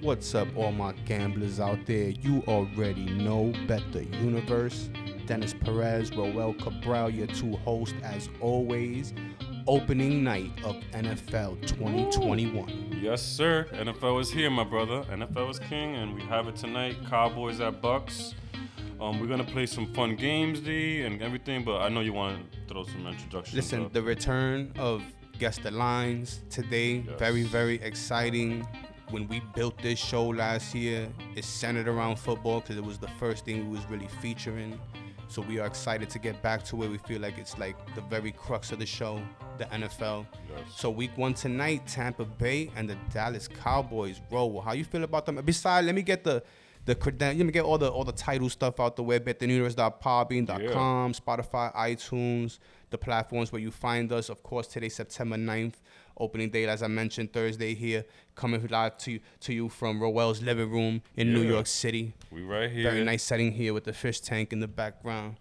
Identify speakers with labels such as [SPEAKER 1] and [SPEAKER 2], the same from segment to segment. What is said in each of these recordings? [SPEAKER 1] What's up, all my gamblers out there? You already know Bet the Universe. Dennis Perez, Roel Cabral, your two hosts, as always. Opening night of NFL 2021.
[SPEAKER 2] Yes, sir. NFL is here, my brother. NFL is king, and we have it tonight. Cowboys at Bucks. Um, we're gonna play some fun games, D, and everything. But I know you want to throw some introductions.
[SPEAKER 1] Listen,
[SPEAKER 2] up.
[SPEAKER 1] the return of Guess the Lines today. Very,
[SPEAKER 2] Yes.
[SPEAKER 1] very exciting. When we built this show last year, it centered around football because it was the first thing we was really featuring. So we are excited to get back to where we feel like it's like the very crux of the show, the NFL.
[SPEAKER 2] Yes.
[SPEAKER 1] So week one tonight, Tampa Bay and the Dallas Cowboys. Roll. How you feel about them? Besides, let me get the the creden- Let me get all the all the title stuff out the way. BetTheUniverse.podbean.com, Spotify, iTunes, the platforms where you find us. Of course, today September 9th, opening day, as I mentioned, Thursday here, coming live to you to you from Roel's living room in New
[SPEAKER 2] Yeah.
[SPEAKER 1] York City.
[SPEAKER 2] we right here.
[SPEAKER 1] Very nice setting here with the fish tank in the background.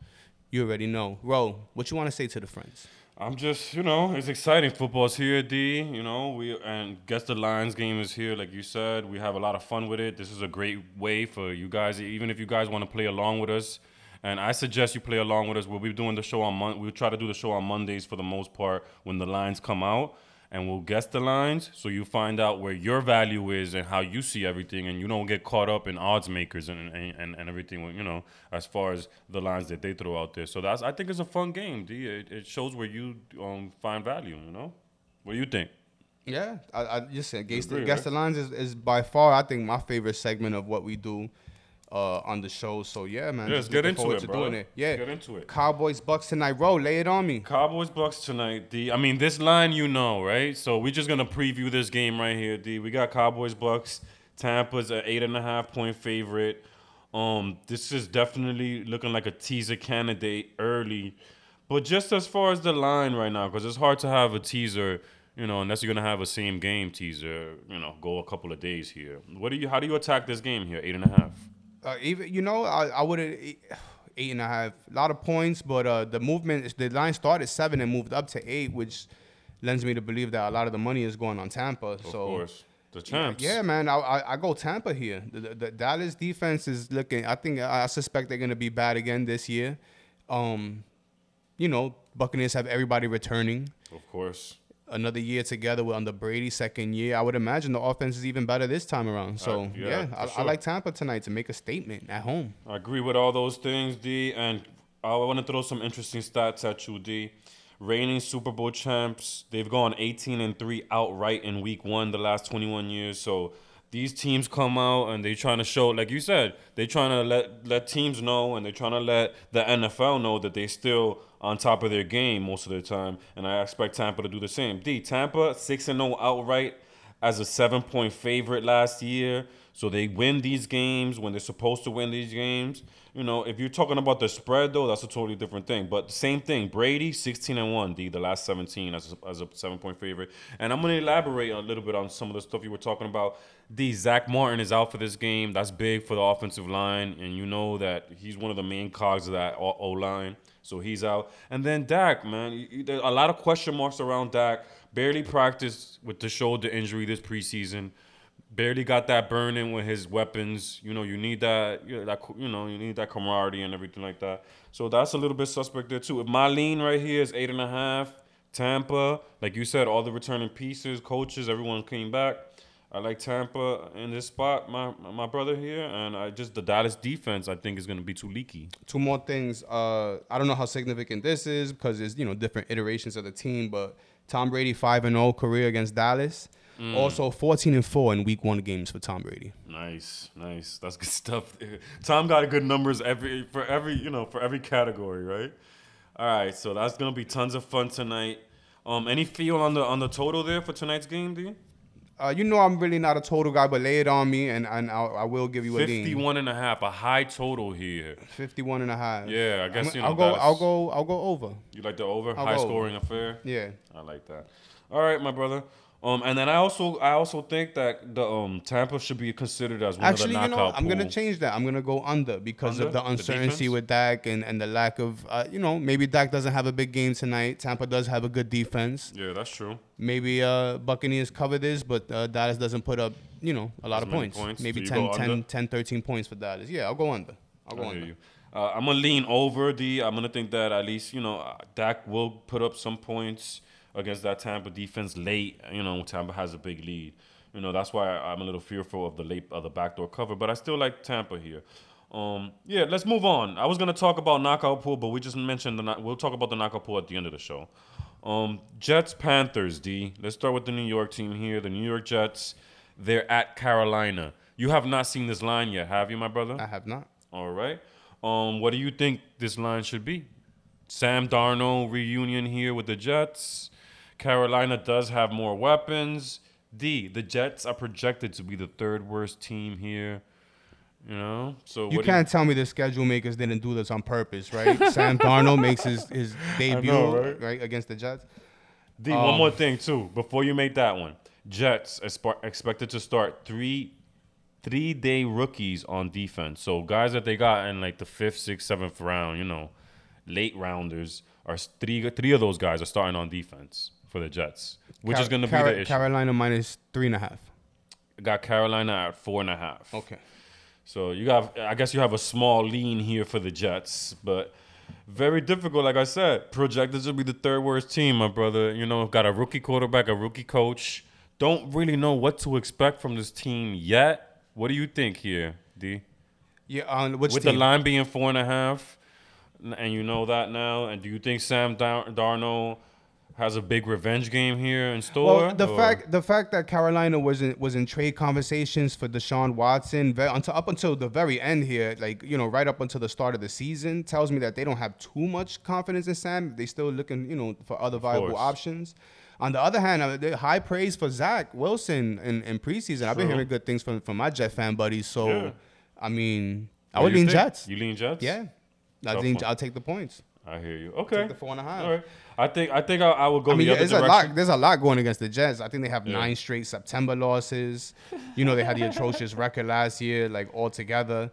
[SPEAKER 1] You already know. Ro, what you want to say to the friends?
[SPEAKER 2] I'm just, you know, it's exciting. Football's here, D. You know, we and guess the Lions game is here, like you said. We have a lot of fun with it. This is a great way for you guys, even if you guys want to play along with us. And I suggest you play along with us. We'll be doing the show on Mon. We'll try to do the show on Mondays for the most part when the lines come out, and we'll guess the lines so you find out where your value is and how you see everything, and you don't get caught up in odds makers and and, and, and everything. You know, as far as the lines that they throw out there. So that's I think it's a fun game. D. It, it shows where you um, find value. You know, what do you think?
[SPEAKER 1] Yeah, I, I just said Guess, the,
[SPEAKER 2] agree,
[SPEAKER 1] Guess the Lines is, is by far, I think, my favorite segment of what we do uh, on the show. So, yeah, man.
[SPEAKER 2] Yeah, let's
[SPEAKER 1] just
[SPEAKER 2] get
[SPEAKER 1] looking
[SPEAKER 2] into
[SPEAKER 1] forward
[SPEAKER 2] it,
[SPEAKER 1] to
[SPEAKER 2] bro.
[SPEAKER 1] doing it. Yeah.
[SPEAKER 2] Get into it.
[SPEAKER 1] Cowboys, Bucks tonight. Ro, lay it on me.
[SPEAKER 2] Cowboys Bucks tonight, D. I mean, this line you know, right? So we're just gonna preview this game right here, D. We got Cowboys Bucks. Tampa's an eight and a half point favorite. Um, this is definitely looking like a teaser candidate early, but just as far as the line right now, because it's hard to have a teaser, you know, unless you're gonna have a same game teaser, you know, go a couple of days here. What do you? How do you attack this game here? Eight and a half.
[SPEAKER 1] Uh, even You know, I, I would have eight and a half, a lot of points, but uh, the movement, is the line started seven and moved up to eight, which lends me to believe that a lot of the money is going on Tampa.
[SPEAKER 2] Of
[SPEAKER 1] so,
[SPEAKER 2] course, the champs.
[SPEAKER 1] Yeah, man, I, I I go Tampa here. The, the, the Dallas defense is looking. I think I I suspect they're gonna be bad again this year. Um, you know, Buccaneers have everybody returning.
[SPEAKER 2] Of course.
[SPEAKER 1] Another year together with under Brady, second year. I would imagine the offense is even better this time around. So
[SPEAKER 2] Uh, yeah,
[SPEAKER 1] yeah,
[SPEAKER 2] for
[SPEAKER 1] I, I
[SPEAKER 2] sure.
[SPEAKER 1] like Tampa tonight to make a statement at home.
[SPEAKER 2] I agree with all those things, D. And I want to throw some interesting stats at you, D. Reigning Super Bowl champs, they've gone 18 and 3 outright in week one the last 21 years. So these teams come out and they're trying to show, like you said, they're trying to let, let teams know and they're trying to let the NFL know that they still on top of their game most of the time. And I expect Tampa to do the same. D, Tampa 6 and 0 outright as a seven point favorite last year. So they win these games when they're supposed to win these games. You know, if you're talking about the spread though, that's a totally different thing. But same thing, Brady, 16 and 1, D, the last 17 as a, as a seven point favorite. And I'm going to elaborate a little bit on some of the stuff you were talking about. D, Zach Martin is out for this game. That's big for the offensive line. And you know that he's one of the main cogs of that O line. So he's out. And then Dak, man, you- you- there are a lot of question marks around Dak. Barely practiced with the shoulder injury this preseason. Barely got that burn in with his weapons. You know, you need that, you know, that, co- you know, you need that camaraderie and everything like that. So that's a little bit suspect there too. If my lean right here is eight and a half, Tampa, like you said, all the returning pieces, coaches, everyone came back. I like Tampa in this spot, my my brother here, and I just the Dallas defense I think is gonna be too leaky.
[SPEAKER 1] Two more things. Uh, I don't know how significant this is because it's you know different iterations of the team, but Tom Brady five and zero career against Dallas.
[SPEAKER 2] Mm.
[SPEAKER 1] Also, fourteen and four in Week One games for Tom Brady.
[SPEAKER 2] Nice, nice. That's good stuff. Tom got good numbers every for every you know for every category, right? All right, so that's gonna be tons of fun tonight. Um, any feel on the on the total there for tonight's game, D?
[SPEAKER 1] Uh, you know I'm really not a total guy, but lay it on me, and, and I'll, I will give you a lean.
[SPEAKER 2] 51 and a half, a high total here.
[SPEAKER 1] 51 and a half.
[SPEAKER 2] Yeah, I
[SPEAKER 1] I'm-
[SPEAKER 2] guess, you know,
[SPEAKER 1] I'll go.
[SPEAKER 2] that's-
[SPEAKER 1] I'll go. I'll go over.
[SPEAKER 2] You like the over?
[SPEAKER 1] I'll
[SPEAKER 2] high
[SPEAKER 1] go over.
[SPEAKER 2] scoring affair?
[SPEAKER 1] Yeah.
[SPEAKER 2] I like that. All right, my brother. Um, and then I also I also think that the um Tampa should be considered as one
[SPEAKER 1] Actually,
[SPEAKER 2] of the
[SPEAKER 1] you know,
[SPEAKER 2] knockout.
[SPEAKER 1] what? I'm gonna
[SPEAKER 2] pool.
[SPEAKER 1] change that. I'm gonna go under because of
[SPEAKER 2] Under?
[SPEAKER 1] the
[SPEAKER 2] The
[SPEAKER 1] uncertainty
[SPEAKER 2] defense?
[SPEAKER 1] with Dak and, and the lack of, uh, you know, maybe Dak doesn't have a big game tonight. Tampa does have a good defense.
[SPEAKER 2] Yeah, that's true.
[SPEAKER 1] Maybe uh, Buccaneers cover this, but uh, Dallas doesn't put up, you know, a lot of
[SPEAKER 2] many
[SPEAKER 1] points.
[SPEAKER 2] points.
[SPEAKER 1] Maybe
[SPEAKER 2] Do you
[SPEAKER 1] 10,
[SPEAKER 2] go
[SPEAKER 1] 10,
[SPEAKER 2] under?
[SPEAKER 1] 10, 13 points for Dallas. Yeah, I'll go under. I'll
[SPEAKER 2] I
[SPEAKER 1] go
[SPEAKER 2] hear
[SPEAKER 1] under.
[SPEAKER 2] you. Uh, I'm gonna lean over the. I'm gonna think that at least you know uh, Dak will put up some points against that Tampa defense late. You know Tampa has a big lead. You know that's why I'm a little fearful of the late of the backdoor cover, but I still like Tampa here. Um, yeah, let's move on. I was gonna talk about knockout pool, but we just mentioned the. kno- We'll talk about the knockout pool at the end of the show. Um, Jets Panthers D. Let's start with the New York team here. The New York Jets. They're at Carolina. You have not seen this line yet, have you, my brother?
[SPEAKER 1] I have not.
[SPEAKER 2] All right. Um, what do you think this line should be? Sam Darnold reunion here with the Jets. Carolina does have more weapons. D. The Jets are projected to be the third worst team here. You know, so
[SPEAKER 1] You
[SPEAKER 2] what
[SPEAKER 1] can't tell me the schedule makers didn't do this on purpose, right? Sam Darnold makes his, his debut
[SPEAKER 2] right?
[SPEAKER 1] right? against the Jets.
[SPEAKER 2] D. one
[SPEAKER 1] Um,
[SPEAKER 2] more thing too. Before you make that one, Jets espa- expected to start three three day rookies on defense. So guys that they got in like the fifth, sixth, seventh round, you know, late rounders are s- three three of those guys are starting on defense for the Jets, which is
[SPEAKER 1] Car-
[SPEAKER 2] going to be
[SPEAKER 1] Car-
[SPEAKER 2] the issue.
[SPEAKER 1] Carolina minus three and a half.
[SPEAKER 2] got Carolina at four and a half.
[SPEAKER 1] Okay.
[SPEAKER 2] So you got, I guess you have a small lean here for the Jets, but very difficult. Like I said, projected to be the third worst team, my brother. You know, got a rookie quarterback, a rookie coach. Don't really know what to expect from this team yet. What do you think here, D?
[SPEAKER 1] Yeah, on which
[SPEAKER 2] With
[SPEAKER 1] team?
[SPEAKER 2] the line being four and a half, n- and you know that now. And do you think Sam Dar- Darnold has a big revenge game here in store?
[SPEAKER 1] Well, the
[SPEAKER 2] or-
[SPEAKER 1] fact the fact that Carolina was in was in trade conversations for Deshaun Watson ve- until up until the very end here, like you know, right up until the start of the season, tells me that they don't have too much confidence in Sam. They still looking, you know, for other viable
[SPEAKER 2] course.
[SPEAKER 1] options. On the other hand, uh, the high praise for Zach Wilson in, in preseason. I've been
[SPEAKER 2] True.
[SPEAKER 1] hearing good things from, from my Jet fan buddies. So,
[SPEAKER 2] Yeah.
[SPEAKER 1] I mean, I
[SPEAKER 2] What
[SPEAKER 1] would
[SPEAKER 2] do you
[SPEAKER 1] lean
[SPEAKER 2] think?
[SPEAKER 1] Jets.
[SPEAKER 2] You lean Jets?
[SPEAKER 1] yeah, I
[SPEAKER 2] Tough
[SPEAKER 1] think
[SPEAKER 2] one.
[SPEAKER 1] I'll take the points.
[SPEAKER 2] I hear you. Okay.
[SPEAKER 1] the four and a half.
[SPEAKER 2] All right. I think I think I, I will go
[SPEAKER 1] I mean,
[SPEAKER 2] the other
[SPEAKER 1] there's a
[SPEAKER 2] direction.
[SPEAKER 1] lot. There's a lot going against the Jets. I think they have nine straight September losses. You know, they had the atrocious record last year, like all together.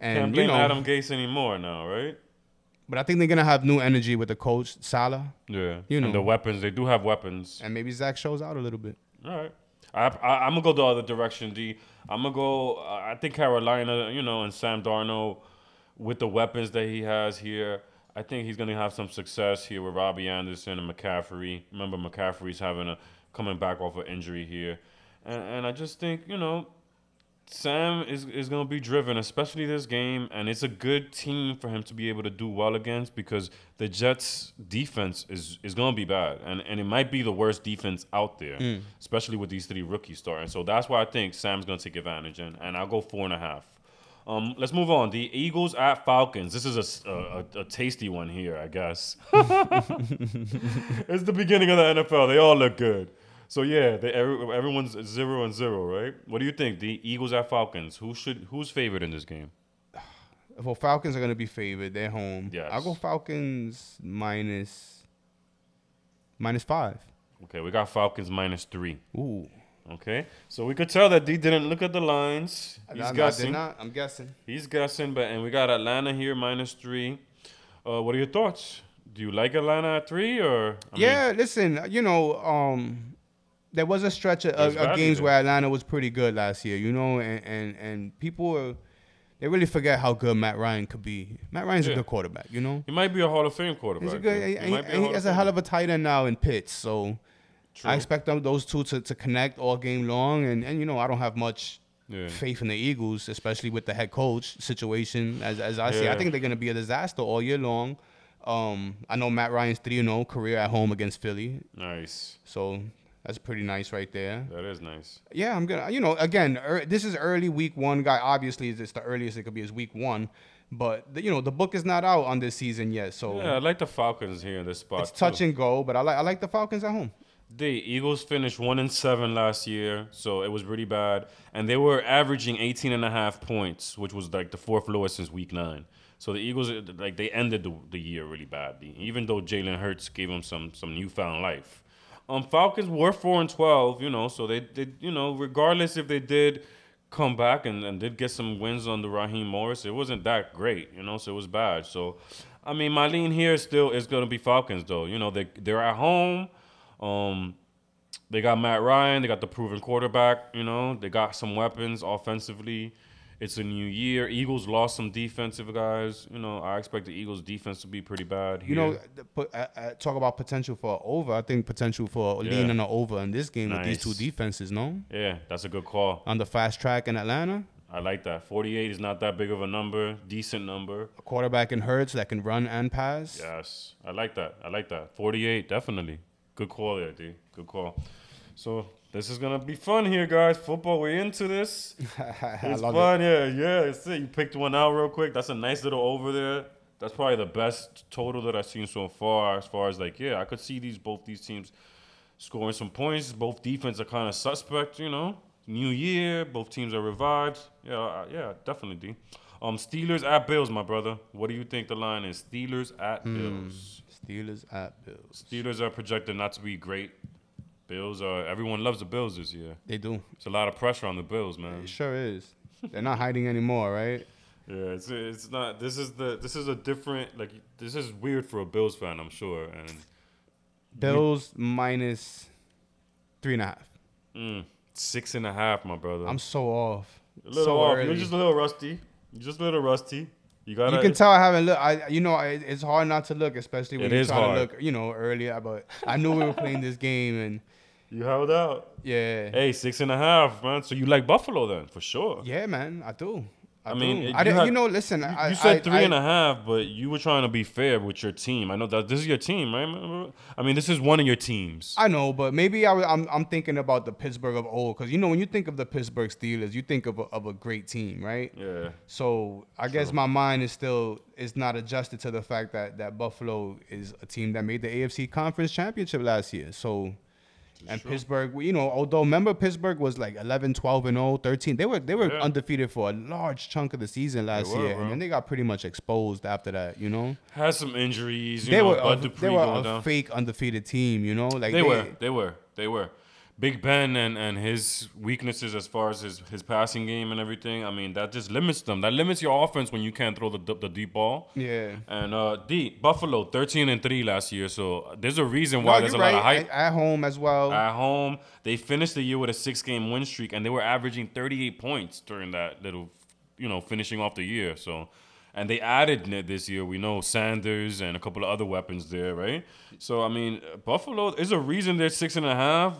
[SPEAKER 2] Can't
[SPEAKER 1] And you
[SPEAKER 2] blame
[SPEAKER 1] know,
[SPEAKER 2] Adam Gase anymore now, right?
[SPEAKER 1] but I think they're gonna have new energy with the coach Salah,
[SPEAKER 2] Yeah.
[SPEAKER 1] You know.
[SPEAKER 2] and the weapons. They do have weapons.
[SPEAKER 1] and maybe Zach shows out a little bit.
[SPEAKER 2] All right. I, I, I'm gonna go the other direction. D. I'm gonna go. I I think Carolina, you know, and Sam Darnold with the weapons that he has here. I think he's gonna have some success here with Robbie Anderson and McCaffrey. Remember, McCaffrey's having a coming back off an injury here, and and I just think you know Sam is, is going to be driven, especially this game, and it's a good team for him to be able to do well against because the Jets' defense is, is going to be bad, and, and it might be the worst defense out there, especially with these three rookies starting. So that's why I think Sam's going to take advantage, and, and I'll go four and a half. Um, let's move on. The Eagles at Falcons. This is a s- a, a, a tasty one here, I guess. it's the beginning of the NFL. They all look good. So yeah, they, every, everyone's zero and zero, right? What do you think? The Eagles at Falcons. Who should? Who's favored in this game?
[SPEAKER 1] Well, Falcons are gonna be favored. They're home.
[SPEAKER 2] Yes.
[SPEAKER 1] I'll go Falcons minus minus five.
[SPEAKER 2] Okay, we got Falcons minus three.
[SPEAKER 1] Ooh,
[SPEAKER 2] Okay, so we could tell that D didn't look at the lines. He's
[SPEAKER 1] I- I- I did
[SPEAKER 2] guessing.
[SPEAKER 1] not. I'm guessing.
[SPEAKER 2] He's guessing, but and we got Atlanta here minus three. Uh, what are your thoughts? Do you like Atlanta at three or? I mean,
[SPEAKER 1] yeah, listen, uh, you know, um, there was a stretch of,
[SPEAKER 2] There's
[SPEAKER 1] of
[SPEAKER 2] value
[SPEAKER 1] games
[SPEAKER 2] there.
[SPEAKER 1] where Atlanta was pretty good last year, you know, and and, and people were, they really forget how good Matt Ryan could be. Matt Ryan's
[SPEAKER 2] Yeah.
[SPEAKER 1] a good quarterback, you know.
[SPEAKER 2] he might be a Hall of Fame quarterback.
[SPEAKER 1] He's a good.
[SPEAKER 2] dude.
[SPEAKER 1] He,
[SPEAKER 2] He might be
[SPEAKER 1] he- he has a
[SPEAKER 2] Famer.
[SPEAKER 1] hell of a tight end now in Pitts, so
[SPEAKER 2] True.
[SPEAKER 1] I expect them, those two to, to connect all game long. And and you know, I don't have much.
[SPEAKER 2] Yeah.
[SPEAKER 1] Faith in the Eagles, especially with the head coach situation, as, as I see,
[SPEAKER 2] Yeah.
[SPEAKER 1] I think they're going to be a disaster all year long. Um, I know Matt Ryan's 3 0 career at home against Philly.
[SPEAKER 2] Nice.
[SPEAKER 1] So that's pretty nice right there.
[SPEAKER 2] That is nice.
[SPEAKER 1] Yeah, I'm gonna. You know, again, er, this is early week one, guy. Obviously, it's the earliest it could be is week one, but the, you know the book is not out on this season yet, so
[SPEAKER 2] Yeah, I like the Falcons here in this spot.
[SPEAKER 1] it's
[SPEAKER 2] too.
[SPEAKER 1] touch and go. But I like I like the Falcons at home.
[SPEAKER 2] The Eagles finished one and seven last year, so it was really bad. And they were averaging 18 and a half points, which was like the fourth lowest since week nine. So the Eagles, uh, like they ended the, the year really badly, even though Jalen Hurts gave them some some newfound life. Um, Falcons were four and twelve, you know, so they did, you know, regardless if they did come back and, and did get some wins on the Raheem Morris, it wasn't that great, you know, so it was bad. So, I mean, my lean here still is gonna be Falcons though. You know, they they're at home. Um, they got Matt Ryan, they got the proven quarterback, you know, they got some weapons offensively. It's a new year. Eagles lost some defensive guys. You know, I expect the Eagles' defense to be pretty bad.
[SPEAKER 1] You
[SPEAKER 2] Here.
[SPEAKER 1] know, th- put, uh, uh, talk about potential for a over. I think potential for leaning lean
[SPEAKER 2] Yeah.
[SPEAKER 1] and an over in this game with these
[SPEAKER 2] Nice.
[SPEAKER 1] two defenses, no?
[SPEAKER 2] yeah, that's a good call.
[SPEAKER 1] On the fast track in Atlanta,
[SPEAKER 2] I like that. 48 is not that big of a number, decent number.
[SPEAKER 1] a quarterback in Hurts that can run and pass.
[SPEAKER 2] Yes, I like that. I like that. 48, definitely. Good call there, D. Good call. So this is gonna be fun here, guys. Football, we're into this.
[SPEAKER 1] I
[SPEAKER 2] It's
[SPEAKER 1] love it.
[SPEAKER 2] fun, yeah, yeah. It's it. You picked one out real quick. That's a nice little over there. That's probably the best total that I've seen so far. As far as like, yeah, I could see these both these teams scoring some points. Both defense are kind of suspect, you know. New year, both teams are revived. Yeah, I- yeah, definitely. D. Um, Steelers at Bills, my brother. What do you think the line is? Steelers at Bills.
[SPEAKER 1] Steelers at Bills.
[SPEAKER 2] Steelers are projected not to be great. Bills are. Everyone loves the Bills this year.
[SPEAKER 1] They do.
[SPEAKER 2] It's a lot of pressure on the Bills, man.
[SPEAKER 1] It sure is. They're not hiding anymore, right?
[SPEAKER 2] Yeah, it's it's not. This is the this is a different like this is weird for a Bills fan, I'm sure. And
[SPEAKER 1] Bills minus three and a half.
[SPEAKER 2] mm, six and a half, my brother.
[SPEAKER 1] I'm so off.
[SPEAKER 2] a little
[SPEAKER 1] so
[SPEAKER 2] off. You're
[SPEAKER 1] early.
[SPEAKER 2] just a little rusty. You're just a little rusty. You gotta.
[SPEAKER 1] You can tell I haven't looked. I, you know, it, it's hard not to look, especially when
[SPEAKER 2] It
[SPEAKER 1] you're
[SPEAKER 2] is
[SPEAKER 1] trying
[SPEAKER 2] hard.
[SPEAKER 1] to look, you know, earlier. But I knew we were playing this game, and
[SPEAKER 2] you held out.
[SPEAKER 1] yeah,
[SPEAKER 2] Hey, six and a half, man. So you like Buffalo then, for sure.
[SPEAKER 1] yeah, man, I do. I,
[SPEAKER 2] I mean,
[SPEAKER 1] do.
[SPEAKER 2] it-
[SPEAKER 1] I
[SPEAKER 2] you
[SPEAKER 1] didn't,
[SPEAKER 2] had-
[SPEAKER 1] you know, listen,
[SPEAKER 2] You-
[SPEAKER 1] I, I,
[SPEAKER 2] you said three
[SPEAKER 1] I-
[SPEAKER 2] and a half, but you were trying to be fair with your team. I know that this is your team, right? Remember? I mean, this is one of your teams.
[SPEAKER 1] I know, but maybe I, am I'm thinking about the Pittsburgh of old, because you know, when you think of the Pittsburgh Steelers, you think of a, of a great team, right?
[SPEAKER 2] yeah.
[SPEAKER 1] So I guess my mind is still is not adjusted to the fact that that Buffalo is a team that made the AFC Conference Championship last year. So and
[SPEAKER 2] Sure.
[SPEAKER 1] Pittsburgh, we- you know, although remember Pittsburgh was like 11, 12 and 0, 13. They were they were
[SPEAKER 2] Yeah.
[SPEAKER 1] undefeated for a large chunk of the season last
[SPEAKER 2] were,
[SPEAKER 1] year
[SPEAKER 2] bro.
[SPEAKER 1] and then they got pretty much exposed after that, you know.
[SPEAKER 2] Had some injuries. You
[SPEAKER 1] they,
[SPEAKER 2] know,
[SPEAKER 1] were a, they
[SPEAKER 2] Bud Dupree
[SPEAKER 1] were
[SPEAKER 2] going
[SPEAKER 1] a
[SPEAKER 2] down.
[SPEAKER 1] fake undefeated team, you know? Like
[SPEAKER 2] They, were. They were. They were. Big Ben and, and his weaknesses as far as his, his passing game and everything. I mean, that just limits them. That limits your offense when you can't throw the d- the deep ball.
[SPEAKER 1] Yeah.
[SPEAKER 2] And uh, D Buffalo thirteen and three last year. So there's a reason
[SPEAKER 1] No,
[SPEAKER 2] why
[SPEAKER 1] you're
[SPEAKER 2] there's a
[SPEAKER 1] right.
[SPEAKER 2] lot of hype.
[SPEAKER 1] At, at home as well.
[SPEAKER 2] At home, they finished the year with a six game win streak, and they were averaging 38 points during that little, you know, finishing off the year. So, and they added n- this year, we know Sanders and a couple of other weapons there, right? So, I mean, Buffalo is a reason they're six and a half.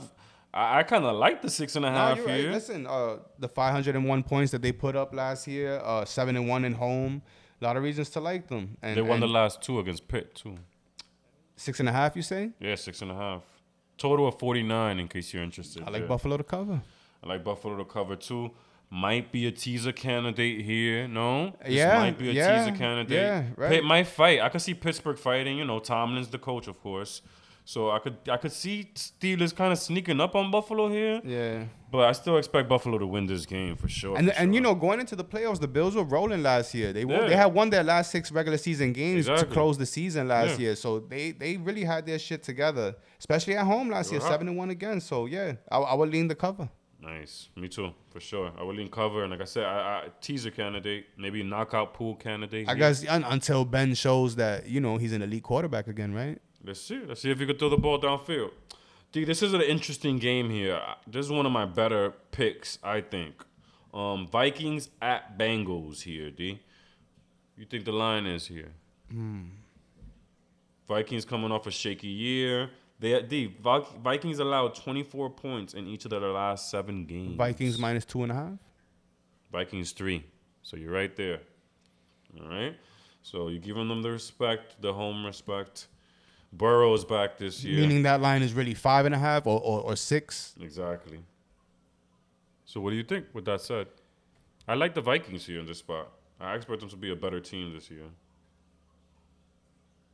[SPEAKER 2] I, I kind of like the six and a
[SPEAKER 1] No,
[SPEAKER 2] half
[SPEAKER 1] you're right.
[SPEAKER 2] here.
[SPEAKER 1] Listen, uh, the 501 points that they put up last year, uh, seven and one at home, a lot of reasons to like them. And
[SPEAKER 2] They won the
[SPEAKER 1] and
[SPEAKER 2] last two against Pitt, too.
[SPEAKER 1] six and a half. You say?
[SPEAKER 2] Yeah, six and a half. Total of 49, in case you're interested.
[SPEAKER 1] I like
[SPEAKER 2] yeah.
[SPEAKER 1] Buffalo to cover.
[SPEAKER 2] I like Buffalo to cover too. Might be a teaser candidate here. No, this
[SPEAKER 1] Yeah,
[SPEAKER 2] might be a
[SPEAKER 1] yeah,
[SPEAKER 2] teaser candidate.
[SPEAKER 1] yeah, right.
[SPEAKER 2] Pitt might fight. I could see Pittsburgh fighting. You know, Tomlin's the coach, of course. So I could I could see Steelers kind of sneaking up on Buffalo here,
[SPEAKER 1] Yeah.
[SPEAKER 2] but I still expect Buffalo to win this game for sure.
[SPEAKER 1] And
[SPEAKER 2] for
[SPEAKER 1] and you
[SPEAKER 2] sure.
[SPEAKER 1] know, going into the playoffs, the Bills were rolling last year. They won, they
[SPEAKER 2] Yeah.
[SPEAKER 1] had won their last six regular season games to
[SPEAKER 2] Exactly.
[SPEAKER 1] close the season last
[SPEAKER 2] Yeah.
[SPEAKER 1] year. So they they really had their shit together, especially at home last
[SPEAKER 2] They
[SPEAKER 1] year,
[SPEAKER 2] were hot.
[SPEAKER 1] seven and one again. So yeah, I, I would lean the cover.
[SPEAKER 2] Nice. Me too, for sure. I will lean cover, and like I said, I, I teaser candidate, maybe knockout pool candidate.
[SPEAKER 1] I
[SPEAKER 2] here.
[SPEAKER 1] guess un, until Ben shows that you know he's an elite quarterback again, right?
[SPEAKER 2] Let's see. Let's see if you can throw the ball downfield. Dude, this is an interesting game here. I- This is one of my better picks, I think. Um, Vikings at Bengals here, D. You think the line is here?
[SPEAKER 1] Hmm.
[SPEAKER 2] Vikings coming off a shaky year. They D Vi- Vikings allowed 24 points in each of their last seven games.
[SPEAKER 1] Vikings minus two and a half.
[SPEAKER 2] Vikings three. So you're right there. All right. So you're giving them the respect, the home respect. Burrow is back this year.
[SPEAKER 1] Meaning that line is really five and a half or, or, or six.
[SPEAKER 2] Exactly. So what do you think with that said? I like the Vikings here in this spot. I expect them to be a better team this year.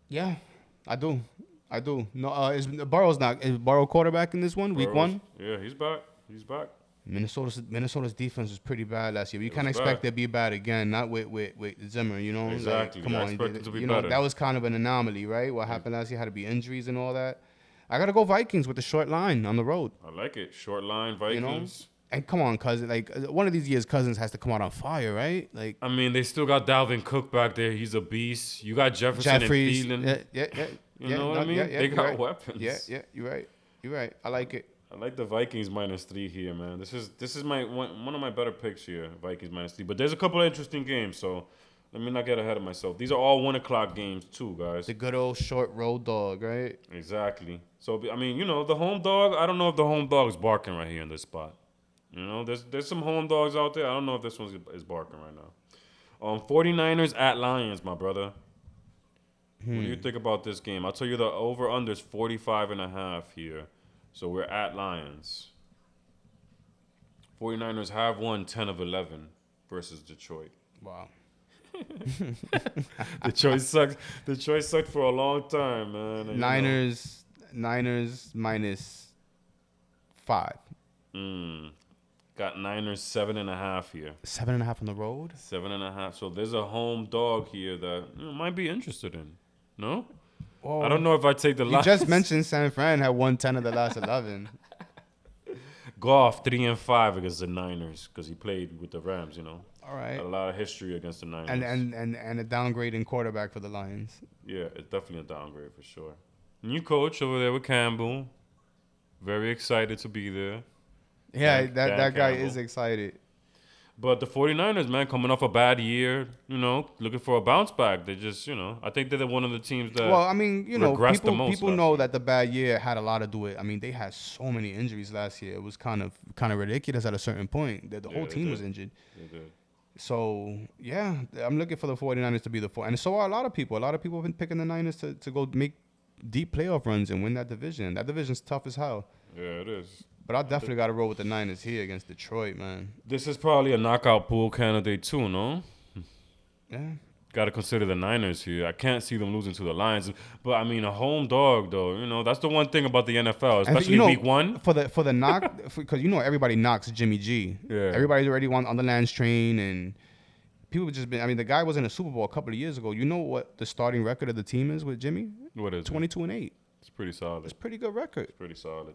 [SPEAKER 1] Yeah, I do. I do. No, uh, is Burrow's not is Burrow quarterback in this one? Week
[SPEAKER 2] Burrow's-
[SPEAKER 1] one.
[SPEAKER 2] Yeah, he's back. He's back.
[SPEAKER 1] Minnesota's Minnesota's defense was pretty bad last year. But you
[SPEAKER 2] It
[SPEAKER 1] can't
[SPEAKER 2] was
[SPEAKER 1] expect
[SPEAKER 2] bad.
[SPEAKER 1] to be bad again. Not with with, with Zimmer, you know. Like,
[SPEAKER 2] Exactly. I expect
[SPEAKER 1] you-
[SPEAKER 2] it to be
[SPEAKER 1] you know
[SPEAKER 2] better.
[SPEAKER 1] that was kind of an anomaly, right? What happened last year had to be injuries and all that. I gotta go Vikings with the short line on the road.
[SPEAKER 2] I like it. Short line
[SPEAKER 1] You know,
[SPEAKER 2] Vikings.
[SPEAKER 1] and come on, cousin. Like uh, one of these years, Cousins has to come out on fire, right? Like
[SPEAKER 2] I mean, they still got Dalvin Cook back there. He's a beast. You got Jefferson
[SPEAKER 1] Jeffries.
[SPEAKER 2] and Thielen.
[SPEAKER 1] Yeah, yeah, yeah.
[SPEAKER 2] You
[SPEAKER 1] yeah,
[SPEAKER 2] know what I mean? They
[SPEAKER 1] you're
[SPEAKER 2] got
[SPEAKER 1] right.
[SPEAKER 2] weapons.
[SPEAKER 1] Yeah, yeah. You're right. You're right. I like it.
[SPEAKER 2] I like the Vikings minus three here, man. This is this is my one, one of my better picks here. Vikings minus three, but there's a couple of interesting games, so let me not get ahead of myself. These are all one o'clock games too, guys.
[SPEAKER 1] The good old short road dog, right?
[SPEAKER 2] Exactly. So I mean, you know, the home dog. I don't know if the home dog is barking right here in this spot. You know, there's there's some home dogs out there. I don't know if this one's is barking right now. Um, 49ers at Lions, my brother. What do you think about this game? I'll tell you the over under is 45 and a half here. So we're at Lions. 49ers have won 10 of 11 versus Detroit.
[SPEAKER 1] Wow.
[SPEAKER 2] Detroit sucked. Detroit sucked for a long time, man. and, you know,
[SPEAKER 1] Niners, Niners minus five,
[SPEAKER 2] Mm. Got Niners seven and a half here.
[SPEAKER 1] seven and a half on the road.
[SPEAKER 2] Seven and a half. So there's a home dog here that you might be interested in. No?
[SPEAKER 1] Whoa.
[SPEAKER 2] I don't know if I take the
[SPEAKER 1] Oh. You
[SPEAKER 2] line.
[SPEAKER 1] just mentioned San Fran had won ten of the last eleven.
[SPEAKER 2] golf three and five against the Niners because he played with the Rams. You know,
[SPEAKER 1] All right.
[SPEAKER 2] a lot of history against the Niners.
[SPEAKER 1] Eh. And and and and a downgrade in quarterback for the Lions.
[SPEAKER 2] yeah, it's definitely a downgrade for sure. New coach over there with Campbell. Very excited to be there.
[SPEAKER 1] Yeah,
[SPEAKER 2] Dan-
[SPEAKER 1] that
[SPEAKER 2] Dan
[SPEAKER 1] that guy
[SPEAKER 2] Campbell.
[SPEAKER 1] is excited.
[SPEAKER 2] But the 49ers, man, coming off a bad year, you know, looking for a bounce back. They just, you know, I think they're the- one of the teams that.
[SPEAKER 1] Well, I mean, you know,
[SPEAKER 2] regressed the
[SPEAKER 1] people
[SPEAKER 2] most
[SPEAKER 1] people
[SPEAKER 2] last
[SPEAKER 1] know that the bad year had a lot to do with. I mean, they had so many injuries last year. It was kind of kind of ridiculous at a certain point that the
[SPEAKER 2] Yeah,
[SPEAKER 1] whole
[SPEAKER 2] they
[SPEAKER 1] team was
[SPEAKER 2] did.
[SPEAKER 1] injured.
[SPEAKER 2] They did.
[SPEAKER 1] So yeah, I'm looking for the 49ers to be the four, and so are a lot of people. A lot of people have been picking the Niners to, to go make deep playoff runs and win that division. That division's tough as hell.
[SPEAKER 2] Yeah, it is.
[SPEAKER 1] But I definitely got to roll with the Niners here against Detroit, man.
[SPEAKER 2] This is probably a knockout pool candidate too, no?
[SPEAKER 1] Yeah,
[SPEAKER 2] Got to consider the Niners here. I can't see them losing to the Lions, but I mean a home dog though. You know that's the one thing about the NFL,
[SPEAKER 1] And
[SPEAKER 2] especially
[SPEAKER 1] you know,
[SPEAKER 2] Week One.
[SPEAKER 1] for the for the knock because you know everybody knocks Jimmy G.
[SPEAKER 2] Yeah.
[SPEAKER 1] everybody's already on on the Lance train and. People just been. I mean, the guy was in a Super Bowl a couple of years ago. You know what the starting record of the team is with Jimmy?
[SPEAKER 2] What is twenty?
[SPEAKER 1] Twenty-two and eight.
[SPEAKER 2] It's pretty solid.
[SPEAKER 1] It's a pretty good record.
[SPEAKER 2] Pretty solid.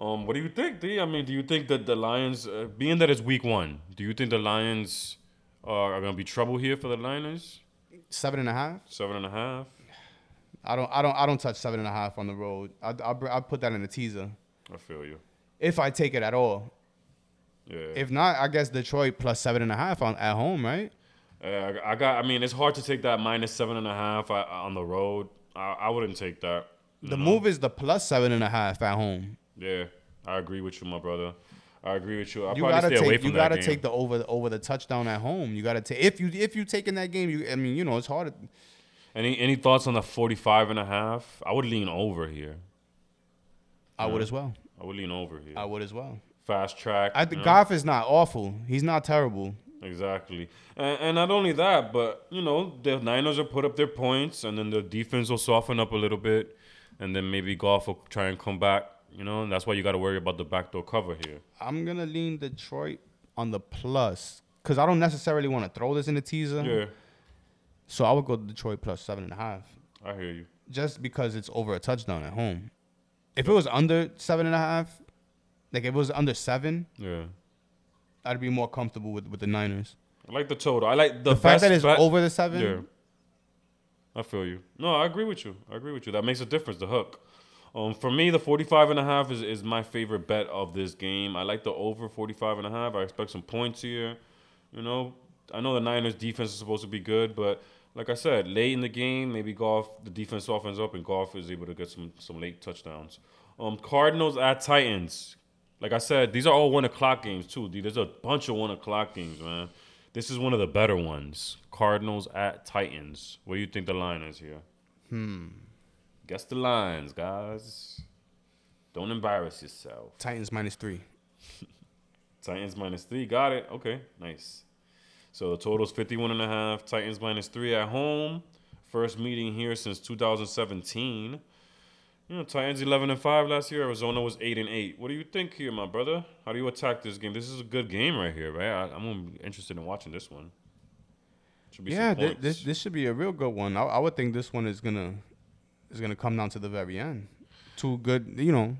[SPEAKER 2] Um, what do you think, D? I mean, do you think that the Lions, uh, being that it's Week One, do you think the Lions are, are going to be trouble here for the Niners?
[SPEAKER 1] Seven and a half.
[SPEAKER 2] Seven and a half.
[SPEAKER 1] I don't, I don't, I don't touch seven and a half on the road. I, I, br- I put that in the teaser
[SPEAKER 2] I feel you.
[SPEAKER 1] if I take it at all.
[SPEAKER 2] Yeah.
[SPEAKER 1] If not, I guess Detroit plus seven and a half on at home, right?
[SPEAKER 2] Uh, I got. I mean, it's hard to take that minus seven and a half uh, on the road. I, I wouldn't take that.
[SPEAKER 1] The move is the plus seven and a half at home.
[SPEAKER 2] Yeah, I agree with you, my brother. I agree with you. I
[SPEAKER 1] You
[SPEAKER 2] probably
[SPEAKER 1] gotta
[SPEAKER 2] stay away
[SPEAKER 1] take,
[SPEAKER 2] from
[SPEAKER 1] you
[SPEAKER 2] that
[SPEAKER 1] gotta
[SPEAKER 2] game.
[SPEAKER 1] take the over over the touchdown at home. You gotta take if you if you take in that game. You, I mean, you know, it's hard. to-
[SPEAKER 2] any any thoughts on the 45 and a half? I would lean over here.
[SPEAKER 1] I would as well.
[SPEAKER 2] I would lean over here.
[SPEAKER 1] I would as well.
[SPEAKER 2] Fast track.
[SPEAKER 1] I
[SPEAKER 2] you
[SPEAKER 1] think
[SPEAKER 2] know?
[SPEAKER 1] Goff is not awful. He's not terrible.
[SPEAKER 2] Exactly. And, and not only that, but, you know, the Niners will put up their points and then the defense will soften up a little bit. And then maybe golf will try and come back, you know, and that's why you got to worry about the backdoor cover here.
[SPEAKER 1] I'm gonna lean Detroit on the plus because I don't necessarily want to throw this in the teaser.
[SPEAKER 2] Yeah,
[SPEAKER 1] So I would go Detroit plus seven and a half.
[SPEAKER 2] I hear you.
[SPEAKER 1] just because it's over a touchdown at home. If it was under seven and a half, like if it was under seven,
[SPEAKER 2] Yeah.
[SPEAKER 1] I'd be more comfortable with, with the Niners.
[SPEAKER 2] I like the total. I like the,
[SPEAKER 1] The fact
[SPEAKER 2] best
[SPEAKER 1] that it's
[SPEAKER 2] bet-
[SPEAKER 1] over the seven,
[SPEAKER 2] Yeah. I feel you. No, I agree with you. I agree with you. That makes a difference, the hook. Um, for me, the 45 and a half is, is my favorite bet of this game. I like the over 45 and a half. I expect some points here. You know, I know the Niners defense is supposed to be good, but like I said, late in the game, maybe golf, the defense softens up and golf is able to get some, some late touchdowns. Um, Cardinals at Titans. Like I said, these are all one o'clock games too. Dude, there's a bunch of one o'clock games, man. This is one of the better ones. Cardinals at Titans. What do you think the line is here? Hmm. Guess the lines, guys. Don't embarrass yourself.
[SPEAKER 1] Titans minus three.
[SPEAKER 2] Titans minus three. Got it. Okay. Nice. So the total's 51 and a half. Titans minus three at home. First meeting here since 2017. You know, Titans 11 and 5 last year. Arizona was 8 and 8. What do you think here, my brother? How do you attack this game? This is a good game right here, right? I, I'm gonna be interested in watching this one. Should be some
[SPEAKER 1] Yeah, thi-
[SPEAKER 2] points.
[SPEAKER 1] this this should be a real good one. I, I would think this one is gonna is gonna come down to the very end. two good. You know,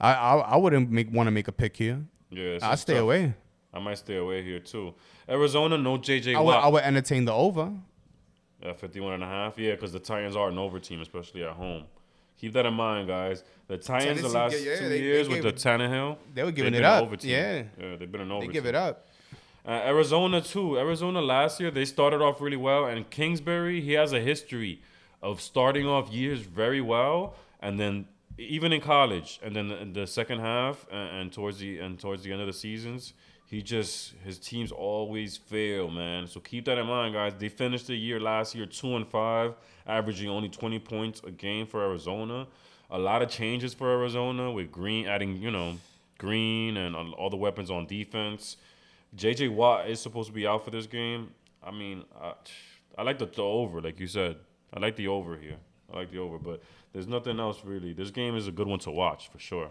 [SPEAKER 1] I I, I wouldn't make want to make a pick here.
[SPEAKER 2] Yeah,
[SPEAKER 1] I stay
[SPEAKER 2] away.
[SPEAKER 1] away.
[SPEAKER 2] I might stay away here too. Arizona, no JJ
[SPEAKER 1] I would I
[SPEAKER 2] Watt
[SPEAKER 1] would entertain the over.
[SPEAKER 2] at 51 and a half. Yeah, because the Titans are an over team, especially at home. Keep that in mind, guys. The Titans the
[SPEAKER 1] Tennessee,
[SPEAKER 2] last
[SPEAKER 1] yeah, yeah,
[SPEAKER 2] two
[SPEAKER 1] they- they
[SPEAKER 2] years
[SPEAKER 1] gave
[SPEAKER 2] with the
[SPEAKER 1] it-
[SPEAKER 2] Tannehill,
[SPEAKER 1] they were
[SPEAKER 2] they've
[SPEAKER 1] giving it
[SPEAKER 2] been an
[SPEAKER 1] up.
[SPEAKER 2] over team.
[SPEAKER 1] Yeah.
[SPEAKER 2] yeah, they've been an over.
[SPEAKER 1] They give
[SPEAKER 2] team.
[SPEAKER 1] it up.
[SPEAKER 2] Uh, Arizona too. Arizona last year they started off really well, and Kingsbury he has a history of starting off years very well, and then even in college, and then the, the second half and, and towards the and towards the end of the seasons, he just his teams always fail, man. So keep that in mind, guys. They finished the year last year two and five, averaging only twenty points a game for Arizona. A lot of changes for Arizona with Green adding, you know, Green and all the weapons on defense. JJ Watt is supposed to be out for this game. I mean, I, I like the, the over, like you said. I like the over here. I like the over, but there's nothing else really. This game is a good one to watch for sure.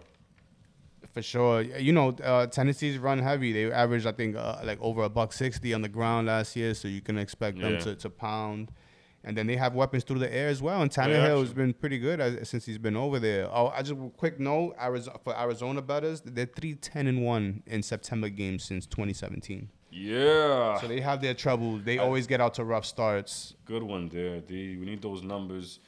[SPEAKER 1] For sure, you know uh, Tennessee's run heavy. They averaged, I think, uh, like over a buck sixty on the ground last year, so you can expect them
[SPEAKER 2] Yeah.
[SPEAKER 1] to, to pound. And then they have weapons through the air as well. And
[SPEAKER 2] Yeah,
[SPEAKER 1] Tannehill has
[SPEAKER 2] actually.
[SPEAKER 1] been pretty good as, since he's been over there. Oh, I just quick note Arizona, for Arizona betters, they're three ten and one in September games since 2017.
[SPEAKER 2] Yeah.
[SPEAKER 1] So they have their trouble. They always get out to rough starts.
[SPEAKER 2] Good one there, D. We need those numbers.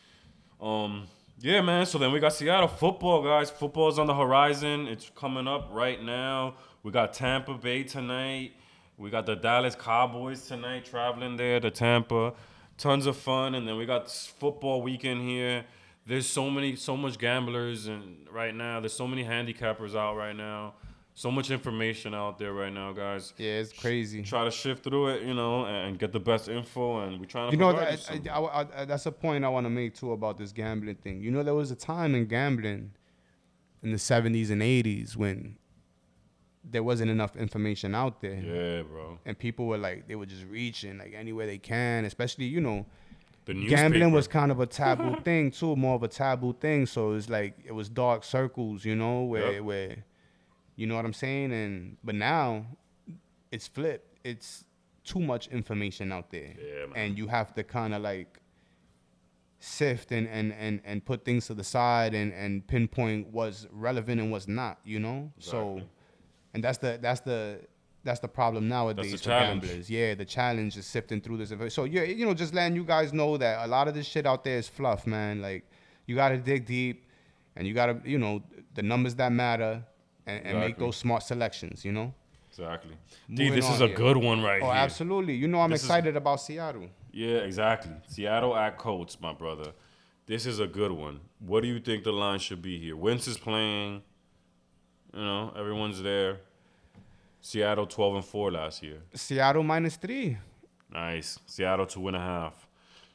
[SPEAKER 2] Um, yeah, man. So then we got Seattle football, guys. Football's on the horizon. It's coming up right now. We got Tampa Bay tonight. We got the Dallas Cowboys tonight, traveling there to Tampa. Tons of fun, and then we got s- football weekend here. There's so many, so much gamblers, and right now there's so many handicappers out right now. So much information out there right now, guys.
[SPEAKER 1] Yeah, it's crazy.
[SPEAKER 2] Try to shift through it, you know, and and get the best info. And we're trying to.
[SPEAKER 1] You know,
[SPEAKER 2] provide
[SPEAKER 1] that,
[SPEAKER 2] some.
[SPEAKER 1] I, I, I, I- that's a point I want to make too about this gambling thing. You know, there was a time in gambling in the 70s and 80s when there wasn't enough information out there.
[SPEAKER 2] Yeah, bro.
[SPEAKER 1] And people were like, they were just reaching like anywhere they can, especially, you know,
[SPEAKER 2] The
[SPEAKER 1] gambling was
[SPEAKER 2] newspaper.
[SPEAKER 1] kind of a taboo thing too, more of a taboo thing. So it's like it was dark circles, you know, where
[SPEAKER 2] Yep.
[SPEAKER 1] where you know what I'm saying. And but now it's flipped. It's too much information out there,
[SPEAKER 2] Yeah, man.
[SPEAKER 1] and you have to kind of like sift and, and and and put things to the side and and pinpoint what's relevant and what's not. You know, so
[SPEAKER 2] Exactly.
[SPEAKER 1] and that's the that's the that's the problem nowadays for
[SPEAKER 2] challenge.
[SPEAKER 1] gamblers is, Yeah, the challenge is sifting through this. info- So yeah, you know, just letting you guys know that a lot of this shit out there is fluff, man. Like you gotta dig deep, and you gotta, you know, the numbers that matter, and, and make
[SPEAKER 2] Exactly.
[SPEAKER 1] those smart selections. You know.
[SPEAKER 2] exactly. D,
[SPEAKER 1] Moving
[SPEAKER 2] this is
[SPEAKER 1] on
[SPEAKER 2] a
[SPEAKER 1] here.
[SPEAKER 2] good one right
[SPEAKER 1] Oh,
[SPEAKER 2] here.
[SPEAKER 1] absolutely. You know, I'm
[SPEAKER 2] This is-
[SPEAKER 1] excited about Seattle.
[SPEAKER 2] Yeah, exactly. Seattle at Colts, my brother. This is a good one. What do you think the line should be here? Wentz is playing. You know, everyone's there. Seattle twelve and four last year.
[SPEAKER 1] Seattle minus three.
[SPEAKER 2] Nice. Seattle two and a half.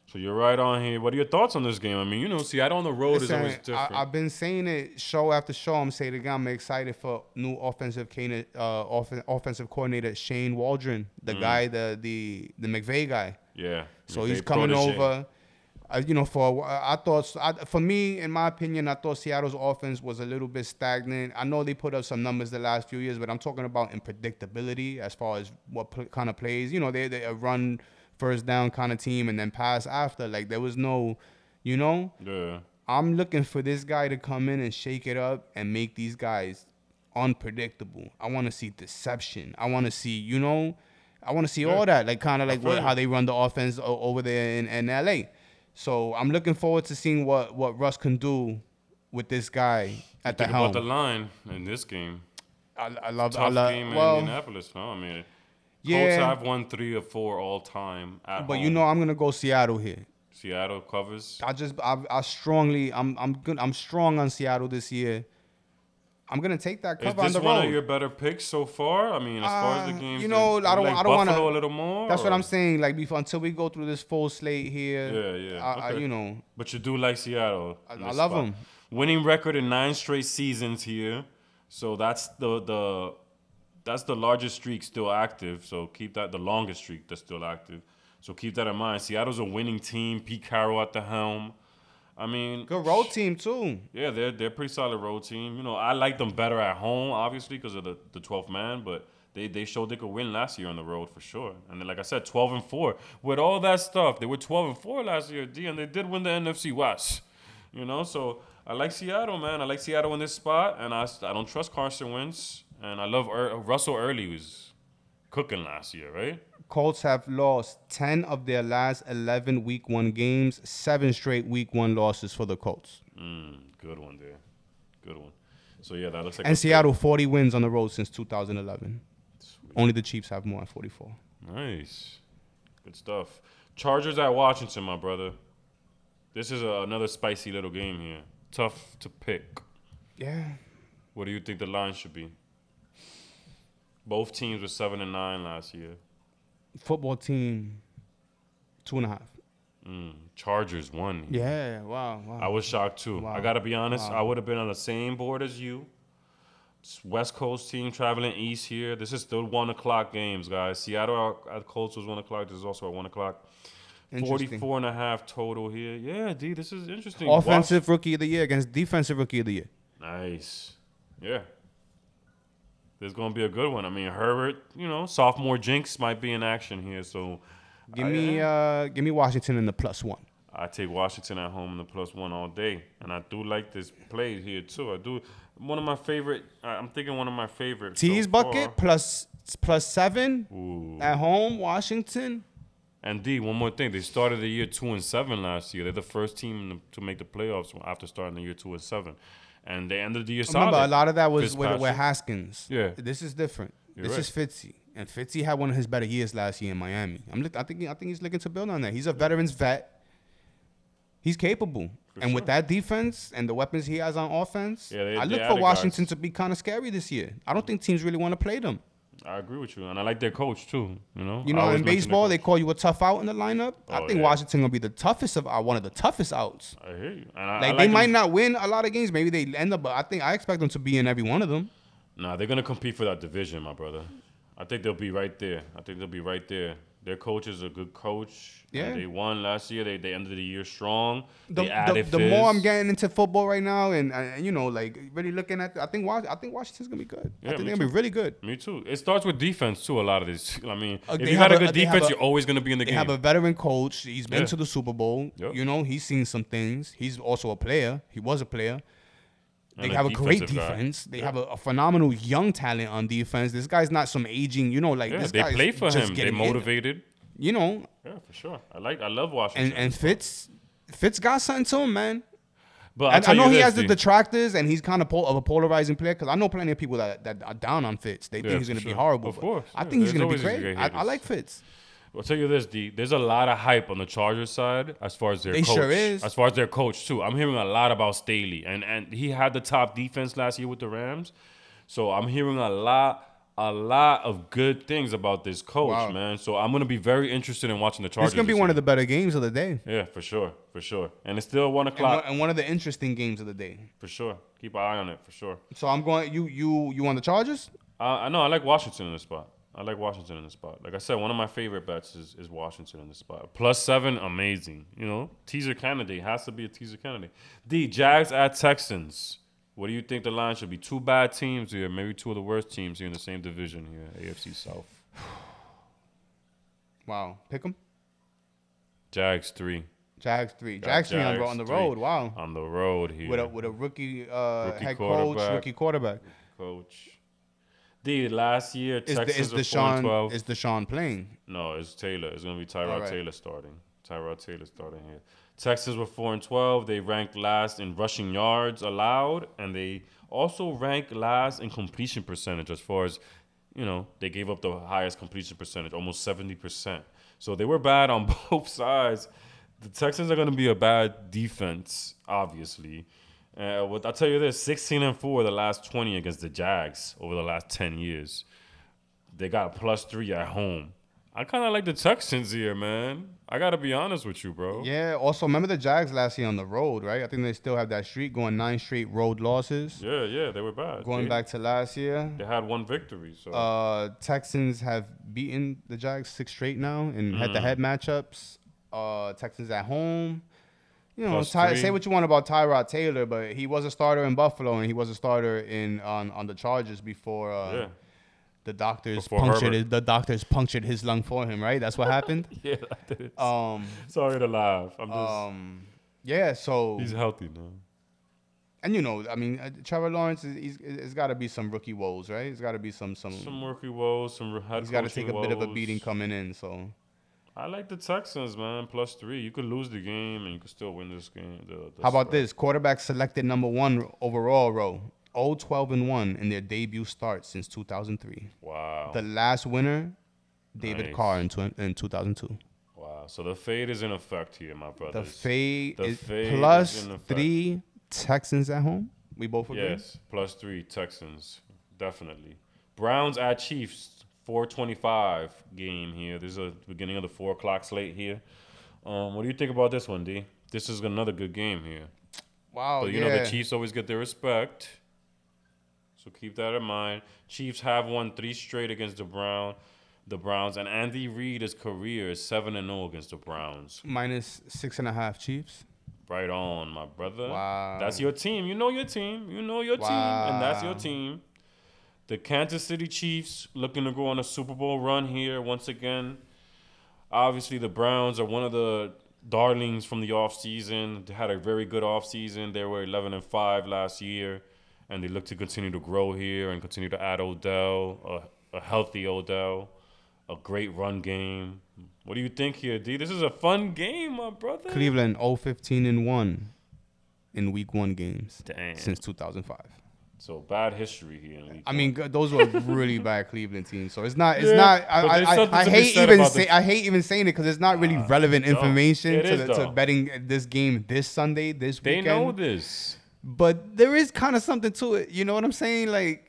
[SPEAKER 2] So you're right on here. What are your thoughts on this game? I mean, you know, Seattle on the road is
[SPEAKER 1] Listen,
[SPEAKER 2] always different.
[SPEAKER 1] I, I've been saying it show after show. I'm saying it again. I'm excited for new offensive cana- uh, offen- offensive coordinator Shane Waldron, the
[SPEAKER 2] Mm-hmm.
[SPEAKER 1] guy, the the the McVay guy.
[SPEAKER 2] yeah.
[SPEAKER 1] So
[SPEAKER 2] They
[SPEAKER 1] he's coming
[SPEAKER 2] protege.
[SPEAKER 1] over. Uh, you know, for a wh- I thought I, for me, in my opinion, I thought Seattle's offense was a little bit stagnant. I know they put up some numbers the last few years, but I'm talking about in predictability as far as what pl- kind of plays. You know, they they a run first down kind of team and then pass after. Like there was no, you know,
[SPEAKER 2] Yeah.
[SPEAKER 1] I'm looking for this guy to come in and shake it up and make these guys unpredictable. I want to see deception. I want to see, you know, I want to see all that, like kind of like
[SPEAKER 2] feel
[SPEAKER 1] what,
[SPEAKER 2] you.
[SPEAKER 1] how they run the offense o- over there in, in LA. So I'm looking forward to seeing what what Russ can do with this guy at the
[SPEAKER 2] Think about
[SPEAKER 1] helm.
[SPEAKER 2] the line in this game.
[SPEAKER 1] I, I love, I
[SPEAKER 2] tough
[SPEAKER 1] love.
[SPEAKER 2] game in
[SPEAKER 1] Well,
[SPEAKER 2] Indianapolis. No, I mean, Colts
[SPEAKER 1] Yeah.
[SPEAKER 2] have won three or four all time at
[SPEAKER 1] but you
[SPEAKER 2] home.
[SPEAKER 1] know, I'm gonna go Seattle here.
[SPEAKER 2] Seattle covers.
[SPEAKER 1] I just I, I strongly I'm I'm good I'm strong on Seattle this year. I'm gonna take that
[SPEAKER 2] Is
[SPEAKER 1] cover on
[SPEAKER 2] this
[SPEAKER 1] the
[SPEAKER 2] one
[SPEAKER 1] road.
[SPEAKER 2] of your better picks so far? I mean, as far as
[SPEAKER 1] Uh,
[SPEAKER 2] the games,
[SPEAKER 1] you know,
[SPEAKER 2] that-
[SPEAKER 1] I don't-
[SPEAKER 2] like
[SPEAKER 1] I don't wanna-
[SPEAKER 2] Buffalo a little more.
[SPEAKER 1] That's what
[SPEAKER 2] or-
[SPEAKER 1] I'm saying. Like before, until we go through this full slate here.
[SPEAKER 2] Oh. Yeah, yeah,
[SPEAKER 1] I, I,
[SPEAKER 2] okay.
[SPEAKER 1] you know,
[SPEAKER 2] But you do like Seattle.
[SPEAKER 1] I-
[SPEAKER 2] in
[SPEAKER 1] I
[SPEAKER 2] this
[SPEAKER 1] love
[SPEAKER 2] spot.
[SPEAKER 1] 'em.
[SPEAKER 2] Winning record in nine straight seasons here. So that's the the that's the largest streak still active. So keep that the longest streak that's still active. So keep that in mind. Seattle's a winning team. Pete Carroll at the helm. I mean,
[SPEAKER 1] good road team too.
[SPEAKER 2] Yeah, they're they're a pretty solid road team. You know, I like them better at home, obviously, because of the the twelfth man. But they they showed they could win last year on the road for sure. And then, like I said, twelve and four with all that stuff. They were twelve and four last year, D, and they did win the NFC West. You know, so I like Seattle, man. I like Seattle in this spot, and I, I don't trust Carson Wentz, and I love er- Russell Early was cooking last year, right?
[SPEAKER 1] Colts have lost 10 of their last 11 week one games, seven straight week one losses for the Colts.
[SPEAKER 2] Mm, good one there. Good one. So, yeah, that looks like.
[SPEAKER 1] And
[SPEAKER 2] a-
[SPEAKER 1] Seattle, 40 wins on the road since 2011. Only the Chiefs have more at 44.
[SPEAKER 2] Nice. Good stuff. Chargers at Washington, my brother. This is a, another spicy little game here. Tough to pick.
[SPEAKER 1] Yeah.
[SPEAKER 2] What do you think the line should be? Both teams were seven and nine last year.
[SPEAKER 1] Football team, two and a half.
[SPEAKER 2] Mm, Chargers won.
[SPEAKER 1] Yeah, wow, wow.
[SPEAKER 2] I was shocked too.
[SPEAKER 1] Wow.
[SPEAKER 2] I gotta be honest.
[SPEAKER 1] Wow.
[SPEAKER 2] I would have been on the same board as you. It's West Coast team traveling east here. This is the one o'clock games, guys. Seattle at- at Colts was one o'clock. This is also at one o'clock.
[SPEAKER 1] Interesting.
[SPEAKER 2] 44 and a half total here. Yeah, D, this is interesting.
[SPEAKER 1] Offensive rookie of the year against defensive rookie of the year.
[SPEAKER 2] Nice. Yeah. There's going to be a good one. I mean, Herbert, you know, sophomore jinx might be in action here. So
[SPEAKER 1] Give
[SPEAKER 2] I-
[SPEAKER 1] me, uh, give me Washington in the plus one.
[SPEAKER 2] I take Washington at home in the plus one all day, and I do like this play here too. I do one of my favorite. I- I'm thinking one of my favorite.
[SPEAKER 1] T's
[SPEAKER 2] so
[SPEAKER 1] bucket
[SPEAKER 2] far.
[SPEAKER 1] plus plus seven
[SPEAKER 2] Ooh.
[SPEAKER 1] at home. Washington.
[SPEAKER 2] And D, one more thing. They started the year two and seven last year. They're the first team to make the playoffs after starting the year two and seven, and they ended the year solid.
[SPEAKER 1] Remember, a lot of that was with, with
[SPEAKER 2] Fitzpatrick.
[SPEAKER 1] Haskins.
[SPEAKER 2] Yeah.
[SPEAKER 1] This is different.
[SPEAKER 2] You're
[SPEAKER 1] this is Fitzy, and Fitzy had one of his better years last year in Miami. I'm look, I think I think he's looking to build on that. He's a veteran's vet. He's capable, and with that defense and the weapons he has on offense,
[SPEAKER 2] Yeah, they-
[SPEAKER 1] I
[SPEAKER 2] they
[SPEAKER 1] look for
[SPEAKER 2] added
[SPEAKER 1] Washington
[SPEAKER 2] guys.
[SPEAKER 1] to be kind of scary this year. I don't think teams really want to play them.
[SPEAKER 2] I agree with you, and I like their coach too. You know,
[SPEAKER 1] You
[SPEAKER 2] I
[SPEAKER 1] know,
[SPEAKER 2] always
[SPEAKER 1] in
[SPEAKER 2] mention their
[SPEAKER 1] baseball, they
[SPEAKER 2] coach.
[SPEAKER 1] call you a tough out in the lineup. I
[SPEAKER 2] Oh,
[SPEAKER 1] think
[SPEAKER 2] yeah.
[SPEAKER 1] Washington gonna be the toughest of uh, one of the toughest outs.
[SPEAKER 2] I hear you, and I, I
[SPEAKER 1] Like,
[SPEAKER 2] like
[SPEAKER 1] they might
[SPEAKER 2] them-
[SPEAKER 1] not win a lot of games. Maybe they end up, but I think I expect them to be in every one of them.
[SPEAKER 2] Nah, they're gonna compete for that division, my brother. I think they'll be right there. I think they'll be right there. Their coach is a good coach. and
[SPEAKER 1] Yeah.
[SPEAKER 2] they won last year. They they ended the year strong.
[SPEAKER 1] The,
[SPEAKER 2] they
[SPEAKER 1] the,
[SPEAKER 2] added
[SPEAKER 1] the more I'm
[SPEAKER 2] Fizz.
[SPEAKER 1] getting into football right now, and, and you know, like really looking at, I think Wash, I think Washington's gonna be good. I
[SPEAKER 2] Yeah,
[SPEAKER 1] think
[SPEAKER 2] me
[SPEAKER 1] they're gonna be really good.
[SPEAKER 2] Me too. It starts with defense too. A lot of this. I mean,
[SPEAKER 1] Uh,
[SPEAKER 2] if
[SPEAKER 1] they
[SPEAKER 2] you got a
[SPEAKER 1] have a-
[SPEAKER 2] good
[SPEAKER 1] they have
[SPEAKER 2] defense,
[SPEAKER 1] a-
[SPEAKER 2] you're always gonna be in the
[SPEAKER 1] They
[SPEAKER 2] game.
[SPEAKER 1] have a veteran coach. He's been
[SPEAKER 2] Mm. Yeah.
[SPEAKER 1] to the Super Bowl.
[SPEAKER 2] Yep.
[SPEAKER 1] You know, he's seen some things. He's also a player. He was a player. They
[SPEAKER 2] And a
[SPEAKER 1] have a great
[SPEAKER 2] defensive guy.
[SPEAKER 1] defense. They have a, a phenomenal young talent on defense. This guy's not some aging, you know, like
[SPEAKER 2] yeah,
[SPEAKER 1] this
[SPEAKER 2] they
[SPEAKER 1] guy's
[SPEAKER 2] play for
[SPEAKER 1] just
[SPEAKER 2] him. They
[SPEAKER 1] getting in.
[SPEAKER 2] motivated.
[SPEAKER 1] You know,
[SPEAKER 2] Yeah, for sure. I like. I love Washington.
[SPEAKER 1] and and Fitz, Fitz got something to him, man.
[SPEAKER 2] but I'll
[SPEAKER 1] And I
[SPEAKER 2] tell you
[SPEAKER 1] know he
[SPEAKER 2] this,
[SPEAKER 1] has the
[SPEAKER 2] D.
[SPEAKER 1] detractors, and he's kind of pol- of a polarizing player. Because I know plenty of people that, that are down on Fitz. They
[SPEAKER 2] Yeah,
[SPEAKER 1] think he's
[SPEAKER 2] for
[SPEAKER 1] going to be
[SPEAKER 2] sure.
[SPEAKER 1] horrible.
[SPEAKER 2] Of
[SPEAKER 1] but
[SPEAKER 2] course,
[SPEAKER 1] I
[SPEAKER 2] yeah,
[SPEAKER 1] think he's
[SPEAKER 2] there's
[SPEAKER 1] going to be
[SPEAKER 2] always gonna
[SPEAKER 1] great.
[SPEAKER 2] get
[SPEAKER 1] I, I
[SPEAKER 2] haters.
[SPEAKER 1] like Fitz.
[SPEAKER 2] I'll tell you this, D. There's a lot of hype on the Chargers side as far as their
[SPEAKER 1] They
[SPEAKER 2] coach.
[SPEAKER 1] sure is.
[SPEAKER 2] As far as their coach too. I'm hearing a lot about Staley, and and he had the top defense last year with the Rams. So I'm hearing a lot, a lot of good things about this coach,
[SPEAKER 1] Wow.
[SPEAKER 2] man. So I'm gonna be very interested in watching the Chargers.
[SPEAKER 1] It's going to be one of the better games of the day,
[SPEAKER 2] yeah, for sure, for sure. And it's still one
[SPEAKER 1] and one,
[SPEAKER 2] o'clock,
[SPEAKER 1] and one of the interesting games of the day.
[SPEAKER 2] for sure. Keep an eye on it, for sure.
[SPEAKER 1] So I'm going. You you you on the Chargers?
[SPEAKER 2] I I know I like Washington in this spot. I like Washington in this spot. Like I said, one of my favorite bets is, is Washington in this spot. Plus seven, amazing. You know, teaser candidate has to be a teaser candidate. D Jags at Texans. What do you think the line should be? Two bad teams here, maybe two of the worst teams here in the same division here, AFC South.
[SPEAKER 1] Wow, pick 'em.
[SPEAKER 2] Jags three
[SPEAKER 1] Jags three. Jags, three on, the-
[SPEAKER 2] Jags
[SPEAKER 1] on the
[SPEAKER 2] three.
[SPEAKER 1] road. Wow.
[SPEAKER 2] on the road here.
[SPEAKER 1] With a with a rookie, uh,
[SPEAKER 2] Rookie
[SPEAKER 1] head coach,
[SPEAKER 2] quarterback.
[SPEAKER 1] rookie quarterback.
[SPEAKER 2] Coach. D last year
[SPEAKER 1] Is, the, is
[SPEAKER 2] Texans are four and
[SPEAKER 1] Deshaun
[SPEAKER 2] twelve.
[SPEAKER 1] is Deshaun playing?
[SPEAKER 2] No, it's Taylor. It's gonna be Tyrod
[SPEAKER 1] Alright.
[SPEAKER 2] Taylor starting. Tyrod Taylor starting here. Texans were four and twelve. They ranked last in rushing yards allowed, and they also ranked last in completion percentage as far as you know, they gave up the highest completion percentage, almost seventy percent. So they were bad on both sides. The Texans are gonna be a bad defense, obviously. Uh, what I'll tell you this: sixteen and four the last twenty against the Jags over the last ten years. They got a plus three at home. I kind of like the Texans here, man. I gotta be honest with you, bro.
[SPEAKER 1] Yeah. Also, remember the Jags last year on the road, right? I think they still have that streak going nine straight road losses.
[SPEAKER 2] yeah, yeah, they were bad.
[SPEAKER 1] Going
[SPEAKER 2] They-
[SPEAKER 1] back to last year,
[SPEAKER 2] they had one victory. So
[SPEAKER 1] uh, Texans have beaten the Jags six straight now in head-to-head
[SPEAKER 2] Mm-hmm.
[SPEAKER 1] matchups. Uh, Texans at home. You know,
[SPEAKER 2] Plus
[SPEAKER 1] Ty,
[SPEAKER 2] three.
[SPEAKER 1] say what you want about Tyrod Taylor, but he was a starter in Buffalo and he was a starter in on, on the Chargers before uh,
[SPEAKER 2] yeah,
[SPEAKER 1] the doctors
[SPEAKER 2] Before
[SPEAKER 1] punctured
[SPEAKER 2] Herbert.
[SPEAKER 1] his, the doctors punctured his lung for him. Right, that's what happened.
[SPEAKER 2] yeah, I did it.
[SPEAKER 1] um,
[SPEAKER 2] Sorry to laugh. I'm just
[SPEAKER 1] um, yeah. So
[SPEAKER 2] he's healthy now.
[SPEAKER 1] and you know, I mean, uh, Trevor Lawrence is he's, it's got to be some rookie woes, right? It's got to be some some.
[SPEAKER 2] Some rookie woes, some head
[SPEAKER 1] mm. he's got to
[SPEAKER 2] coaching
[SPEAKER 1] take a bit of a
[SPEAKER 2] woes.
[SPEAKER 1] beating coming in. So
[SPEAKER 2] I like the Texans, man. Plus three. You could lose the game and you could still win this game. The, the
[SPEAKER 1] how about
[SPEAKER 2] spread.
[SPEAKER 1] this quarterback selected number one overall, row 0 12 and one in their debut start since 2003.
[SPEAKER 2] Wow.
[SPEAKER 1] The last winner, David
[SPEAKER 2] Oh. Nice.
[SPEAKER 1] Carr in, tw- in 2002.
[SPEAKER 2] wow. So the fade is in effect here, my brother.
[SPEAKER 1] The fade
[SPEAKER 2] the
[SPEAKER 1] is
[SPEAKER 2] fade is
[SPEAKER 1] plus
[SPEAKER 2] in effect.
[SPEAKER 1] three Texans at home. We both agree.
[SPEAKER 2] Yes, plus three Texans, definitely. Browns at Chiefs, four twenty-five game here. This is a beginning of the four o'clock slate here. Um, what do you think about this one, D? This is another good game here.
[SPEAKER 1] Wow.
[SPEAKER 2] But you
[SPEAKER 1] yeah.
[SPEAKER 2] know the Chiefs always get their respect, so keep that in mind. Chiefs have won three straight against the Brown, the Browns, and Andy Reid's career is seven and zero against the Browns.
[SPEAKER 1] Minus six and a half Chiefs.
[SPEAKER 2] Right on, my brother.
[SPEAKER 1] Wow.
[SPEAKER 2] That's your team. You know your team. You know your team. And that's your
[SPEAKER 1] Wow.
[SPEAKER 2] team. The Kansas City Chiefs looking to go on a Super Bowl run here once again. Obviously, the Browns are one of the darlings from the offseason. They had a very good offseason. They were 11 and 5 last year. And they look to continue to grow here and continue to add Odell, a, a healthy Odell, a great run game. What do you think here, D? This is a fun game, my brother.
[SPEAKER 1] Cleveland 0 15 and 1 in week one games
[SPEAKER 2] Damn.
[SPEAKER 1] since 2005.
[SPEAKER 2] So bad history here. In week
[SPEAKER 1] I
[SPEAKER 2] one.
[SPEAKER 1] mean, g- those were really bad Cleveland teams. So it's not, it's
[SPEAKER 2] Yeah,
[SPEAKER 1] not, I,
[SPEAKER 2] but
[SPEAKER 1] I,
[SPEAKER 2] there's
[SPEAKER 1] I,
[SPEAKER 2] something
[SPEAKER 1] I
[SPEAKER 2] to be
[SPEAKER 1] hate
[SPEAKER 2] said
[SPEAKER 1] even
[SPEAKER 2] about
[SPEAKER 1] say,
[SPEAKER 2] this.
[SPEAKER 1] I hate even saying it because it's not really relevant
[SPEAKER 2] no.
[SPEAKER 1] information
[SPEAKER 2] It
[SPEAKER 1] to,
[SPEAKER 2] is,
[SPEAKER 1] the, to
[SPEAKER 2] though.
[SPEAKER 1] betting this game this Sunday, this
[SPEAKER 2] they
[SPEAKER 1] weekend.
[SPEAKER 2] know this.
[SPEAKER 1] But there is kind of something to it. You know what I'm saying? Like,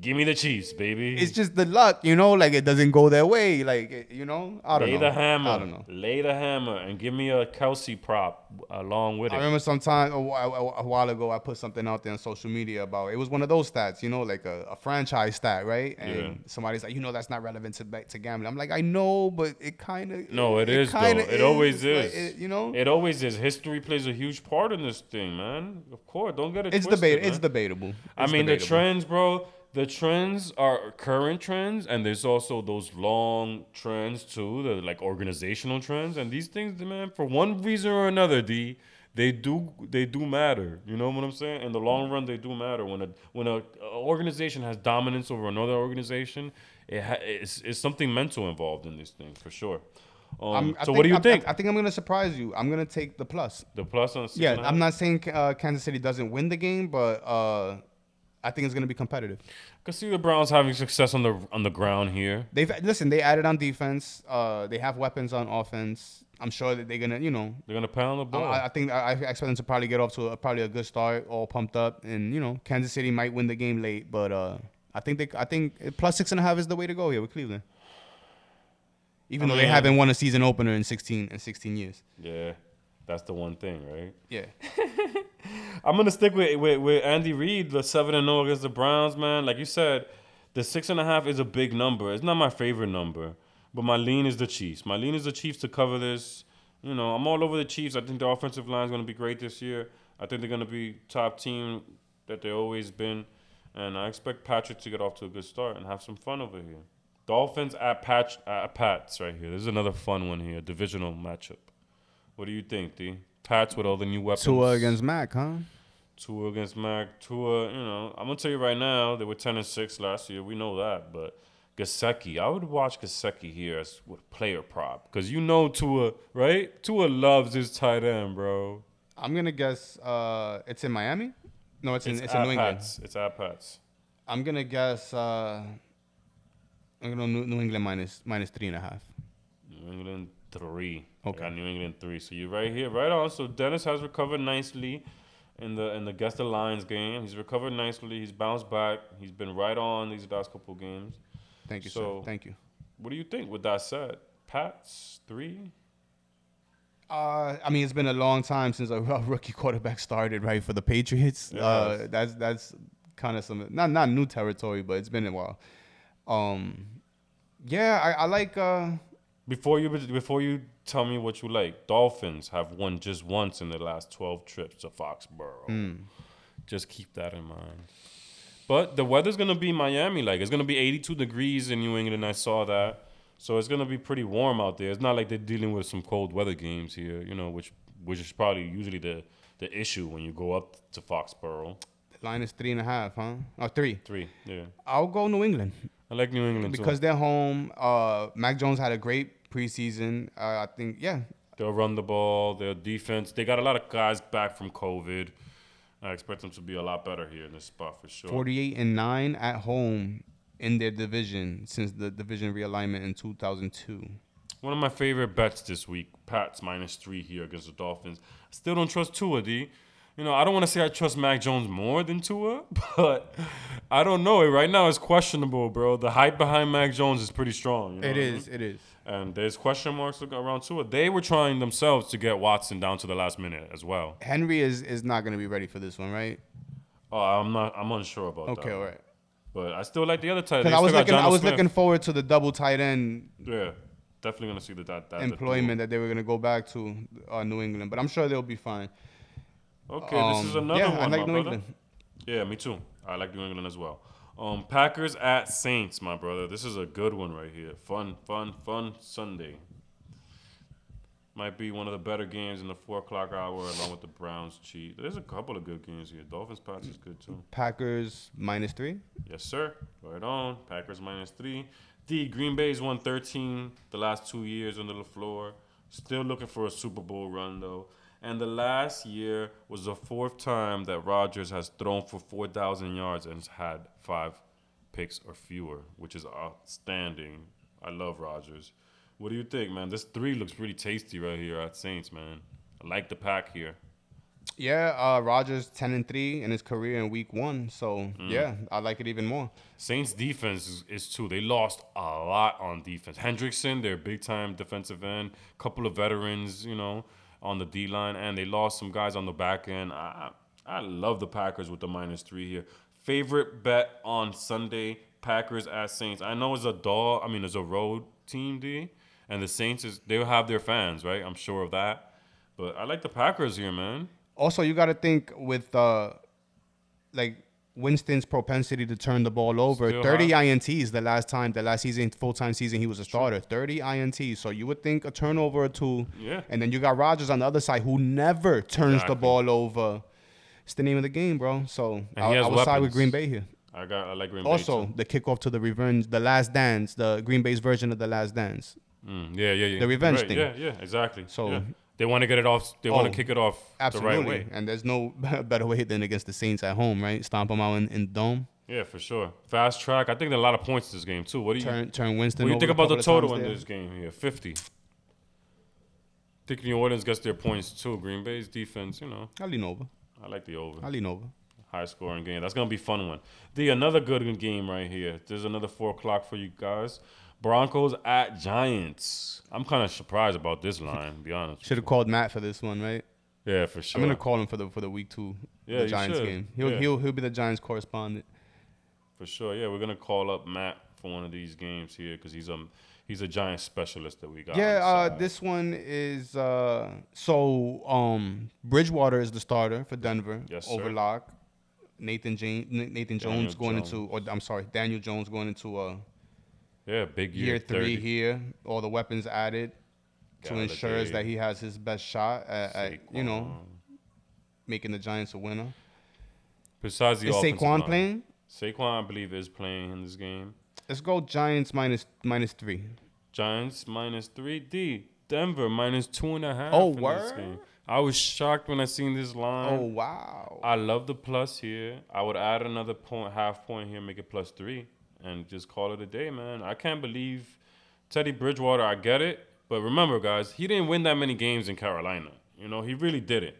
[SPEAKER 2] Give me the Chiefs, baby.
[SPEAKER 1] it's just the luck, you know, like it doesn't go their way. Like, it- you know, I don't
[SPEAKER 2] lay
[SPEAKER 1] know.
[SPEAKER 2] the hammer.
[SPEAKER 1] I don't know.
[SPEAKER 2] Lay the hammer and give me a Kelsey prop along with
[SPEAKER 1] I
[SPEAKER 2] it.
[SPEAKER 1] remember sometime a, whi- a, a while ago, I put something out there on social media about it was one of those stats, you know, like a, a franchise stat, right? And
[SPEAKER 2] Yeah.
[SPEAKER 1] somebody's like, you know, that's not relevant to bet- to gambling. I'm like, I know, but it kind of
[SPEAKER 2] No, it is though.
[SPEAKER 1] kinda
[SPEAKER 2] It always
[SPEAKER 1] like,
[SPEAKER 2] is.
[SPEAKER 1] it- you know,
[SPEAKER 2] It always is. History plays a huge part in this thing, man. Of course, don't get it.
[SPEAKER 1] it's
[SPEAKER 2] twisted,
[SPEAKER 1] debate.
[SPEAKER 2] man.
[SPEAKER 1] It's debatable. It's
[SPEAKER 2] I mean, the
[SPEAKER 1] debatable.
[SPEAKER 2] trends, bro. The trends are current trends, and there's also those long trends too, the like organizational trends, and these things, man, for one reason or another, D, they do they do matter. You know what I'm saying? In the long
[SPEAKER 1] Mm-hmm.
[SPEAKER 2] run, they do matter. When a when a, a organization has dominance over another organization, it ha- it's, it's something mental involved in this thing for sure. Um,
[SPEAKER 1] I'm- I
[SPEAKER 2] so what do you
[SPEAKER 1] I'm-
[SPEAKER 2] think?
[SPEAKER 1] I, I think I'm gonna surprise you. I'm gonna take the plus.
[SPEAKER 2] the plus on six
[SPEAKER 1] Yeah,
[SPEAKER 2] and a half?
[SPEAKER 1] I'm not saying uh, Kansas City doesn't win the game, but uh, I think it's gonna be competitive.
[SPEAKER 2] Cause see the Browns having success on the on the ground here.
[SPEAKER 1] They've listen. They added on defense. Uh, they have weapons on offense. I'm sure that they're gonna, you know,
[SPEAKER 2] They're gonna pound the
[SPEAKER 1] I-
[SPEAKER 2] ball.
[SPEAKER 1] I, I think I, I expect them to probably get off to a, probably a good start, all pumped up, and you know, Kansas City might win the game late, but uh, I think they, I think plus six and a half is the way to go here with Cleveland. Even
[SPEAKER 2] I
[SPEAKER 1] though they
[SPEAKER 2] mean-
[SPEAKER 1] haven't won a season opener in 16 in 16 years.
[SPEAKER 2] yeah, that's the one thing, right?
[SPEAKER 1] Yeah.
[SPEAKER 2] I'm gonna stick with with, with Andy Reid, the seven and zero against the Browns, man. Like you said, the six and a half is a big number. It's not my favorite number, but my lean is the Chiefs. My lean is the Chiefs to cover this. You know, I'm all over the Chiefs. I think the offensive line is gonna be great this year. I think they're gonna be top team that they always been, and I expect Patrick to get off to a good start and have some fun over here. Dolphins at Patch at Pats right here. This is another fun one here, divisional matchup. What do you think, D? Pats with all the new weapons.
[SPEAKER 1] Tua against Mac, huh?
[SPEAKER 2] Tua against Mac. Tua, you know, I'm gonna tell you right now, they were ten and six last year. We know that, but Gasecki, I would watch Gasecki here as with player prop because you know Tua, right? Tua loves his tight end, bro.
[SPEAKER 1] I'm gonna guess uh, it's in Miami. No, it's in it's, in
[SPEAKER 2] at
[SPEAKER 1] New England.
[SPEAKER 2] Pats. It's at Pats.
[SPEAKER 1] I'm gonna guess. Uh, I'm gonna New, New England minus minus three and a half.
[SPEAKER 2] New England three.
[SPEAKER 1] Okay.
[SPEAKER 2] Okay. New England three. So you're right here, right on. So Dennis has recovered nicely in the in the guess the Lions game. He's recovered nicely. He's bounced back. He's been right on these last couple games.
[SPEAKER 1] Thank you,
[SPEAKER 2] So-
[SPEAKER 1] sir. Thank you.
[SPEAKER 2] What do you think? With that said, Pats three.
[SPEAKER 1] Uh, I mean, it's been a long time since a r- rookie quarterback started right for the Patriots.
[SPEAKER 2] It
[SPEAKER 1] Uh,
[SPEAKER 2] has.
[SPEAKER 1] that's that's kind of some not not new territory, but it's been a while. Um, yeah, I, I like. Uh,
[SPEAKER 2] Before you before you tell me what you like, Dolphins have won just once in the last twelve trips to Foxborough. Just keep that in mind. But the weather's gonna be Miami like. It's gonna be eighty two degrees in New England. I saw that. So it's gonna be pretty warm out there. It's not like they're dealing with some cold weather games here, you know, which which is probably usually the the issue when you go up to Foxborough.
[SPEAKER 1] The line is three and a half, huh? Oh, three.
[SPEAKER 2] Three, yeah.
[SPEAKER 1] I'll go New England
[SPEAKER 2] I like New England
[SPEAKER 1] because they're home. Uh, Mac Jones had a great preseason. Uh, I think, yeah.
[SPEAKER 2] too. They'll run the ball. Their defense. They got a lot of guys back from COVID. I expect them to be a lot better here in this spot for sure.
[SPEAKER 1] 48 and 9 at home in their division since the division realignment in 2002.
[SPEAKER 2] One of my favorite bets this week, Pats minus three here against the Dolphins. I still don't trust Tua, D. You know, I don't want to say I trust Mac Jones more than Tua, but I don't know. Right now, it's questionable, bro. The hype behind Mac Jones is pretty strong. You know
[SPEAKER 1] It
[SPEAKER 2] what I
[SPEAKER 1] is,
[SPEAKER 2] mean?
[SPEAKER 1] it is.
[SPEAKER 2] And there's question marks around Tua. They were trying themselves to get Watson down to the last minute as well.
[SPEAKER 1] Henry is is not going to be ready for this one, right?
[SPEAKER 2] Oh, I'm not. I'm unsure about that.
[SPEAKER 1] Okay, all right.
[SPEAKER 2] But I still like the other tight.
[SPEAKER 1] Because I was looking, I was looking forward to the double tight end
[SPEAKER 2] Yeah, definitely gonna see the that, that the
[SPEAKER 1] employment that they were going to go back to uh, New England, but I'm sure they'll be fine.
[SPEAKER 2] duo. Okay, this is
[SPEAKER 1] Um,
[SPEAKER 2] another
[SPEAKER 1] yeah, I
[SPEAKER 2] one,
[SPEAKER 1] like
[SPEAKER 2] my
[SPEAKER 1] New
[SPEAKER 2] brother.
[SPEAKER 1] England.
[SPEAKER 2] Yeah, me too. I like New England as well. Um, Packers at Saints, my brother. This is a good one right here. Fun, fun, fun Sunday. Might be one of the better games in the four o'clock hour, along with the Browns cheat. There's a couple of good games here. Dolphins Pats is good too.
[SPEAKER 1] Packers minus three.
[SPEAKER 2] Yes, sir. Right on. Packers minus three. D. Green Bay's won 13 the last two years under the floor. Still looking for a Super Bowl run, though. And the last year was the fourth time that Rodgers has thrown for 4,000 yards and has had five picks or fewer, which is outstanding. I love Rodgers. What do you think, man? This three looks pretty tasty right here at Saints, man. I like the pack here.
[SPEAKER 1] Yeah, uh, Rogers ten and three in his career in week one. So
[SPEAKER 2] Mm.
[SPEAKER 1] yeah, I like it even more.
[SPEAKER 2] Saints defense is, is too. They lost a lot on defense. Hendrickson, their big time defensive end, couple of veterans, you know, on the D line, and they lost some guys on the back end. I I I love the Packers with the minus three here. Favorite bet on Sunday: Packers at Saints. I know it's a dog. I mean, it's a road team, D, and the Saints is they'll have their fans, right? I'm sure of that. But I like the Packers here, man.
[SPEAKER 1] Also, you got to think with uh, like Winston's propensity to turn the ball over.
[SPEAKER 2] Still
[SPEAKER 1] Thirty ints the last time, the last season, full time season, he was a starter. Thirty ints. So you would think a turnover or two.
[SPEAKER 2] Yeah.
[SPEAKER 1] And then you got Rogers on the other side who never turns
[SPEAKER 2] Exactly.
[SPEAKER 1] the ball over. It's the name of the game, bro. So I,
[SPEAKER 2] he has
[SPEAKER 1] I would side with
[SPEAKER 2] weapons.
[SPEAKER 1] Green Bay here.
[SPEAKER 2] I got I like Green Bay,
[SPEAKER 1] Also,
[SPEAKER 2] too.
[SPEAKER 1] the kickoff to the revenge, the last dance, the Green Bay's version of the last dance.
[SPEAKER 2] Mm, yeah, yeah, yeah.
[SPEAKER 1] The revenge
[SPEAKER 2] Right,
[SPEAKER 1] thing.
[SPEAKER 2] Yeah, yeah, exactly.
[SPEAKER 1] So-
[SPEAKER 2] So they want to get it off. They want
[SPEAKER 1] Oh,
[SPEAKER 2] to kick it off
[SPEAKER 1] Absolutely.
[SPEAKER 2] the right way.
[SPEAKER 1] And there's no better way than against the Saints at home, right? Stomp them out in, in dome.
[SPEAKER 2] Yeah, for sure. Fast track. I think there are a lot of points in this game too. What do you
[SPEAKER 1] Turn turn Winston.
[SPEAKER 2] What do you
[SPEAKER 1] over
[SPEAKER 2] think
[SPEAKER 1] a
[SPEAKER 2] about the
[SPEAKER 1] couple of
[SPEAKER 2] total
[SPEAKER 1] times
[SPEAKER 2] in
[SPEAKER 1] there.
[SPEAKER 2] this game here? Fifty. Think New Orleans gets their points too. Green Bay's defense, you know,
[SPEAKER 1] I lean over.
[SPEAKER 2] I like the over.
[SPEAKER 1] I lean over.
[SPEAKER 2] high scoring game. That's gonna be a fun one. The another good game right here. There's another four o'clock for you guys. Broncos at Giants. I'm kind of surprised about this line. to Be honest.
[SPEAKER 1] Should have called Matt for this one, right?
[SPEAKER 2] Yeah, for sure.
[SPEAKER 1] I'm gonna call him for the for the week two,
[SPEAKER 2] Yeah,
[SPEAKER 1] the
[SPEAKER 2] you
[SPEAKER 1] Giants
[SPEAKER 2] should.
[SPEAKER 1] game. He'll
[SPEAKER 2] Yeah.
[SPEAKER 1] he'll he'll be the Giants correspondent.
[SPEAKER 2] For sure, yeah, we're gonna call up Matt for one of these games here because he's um he's a giant specialist that we got. on
[SPEAKER 1] Yeah,
[SPEAKER 2] the
[SPEAKER 1] uh,
[SPEAKER 2] side.
[SPEAKER 1] this one is uh, so um, Bridgewater is the starter for Denver
[SPEAKER 2] Yes, sir.
[SPEAKER 1] over Locke. Nathan James, Nathan
[SPEAKER 2] Daniel
[SPEAKER 1] Jones going
[SPEAKER 2] Jones.
[SPEAKER 1] into, or I'm sorry, Daniel Jones going into uh,
[SPEAKER 2] yeah big year,
[SPEAKER 1] year three
[SPEAKER 2] 30.
[SPEAKER 1] here, all the weapons added to
[SPEAKER 2] Galladay.
[SPEAKER 1] ensure is that he has his best shot at, at uh, you know
[SPEAKER 2] Saquon.
[SPEAKER 1] making the Giants a winner.
[SPEAKER 2] besides the
[SPEAKER 1] Is
[SPEAKER 2] offensive
[SPEAKER 1] Saquon
[SPEAKER 2] line.
[SPEAKER 1] playing?
[SPEAKER 2] Saquon, I believe, is playing in this game.
[SPEAKER 1] Let's go Giants minus minus three.
[SPEAKER 2] Giants minus three D. Denver minus two and a half.
[SPEAKER 1] Oh,
[SPEAKER 2] in this
[SPEAKER 1] word?
[SPEAKER 2] game. I was shocked when I seen this line.
[SPEAKER 1] Oh wow!
[SPEAKER 2] I love the plus here. I would add another point, half point here, make it plus three, and just call it a day, man. I can't believe Teddy Bridgewater. I get it, but remember, guys, he didn't win that many games in Carolina. You know, he really didn't.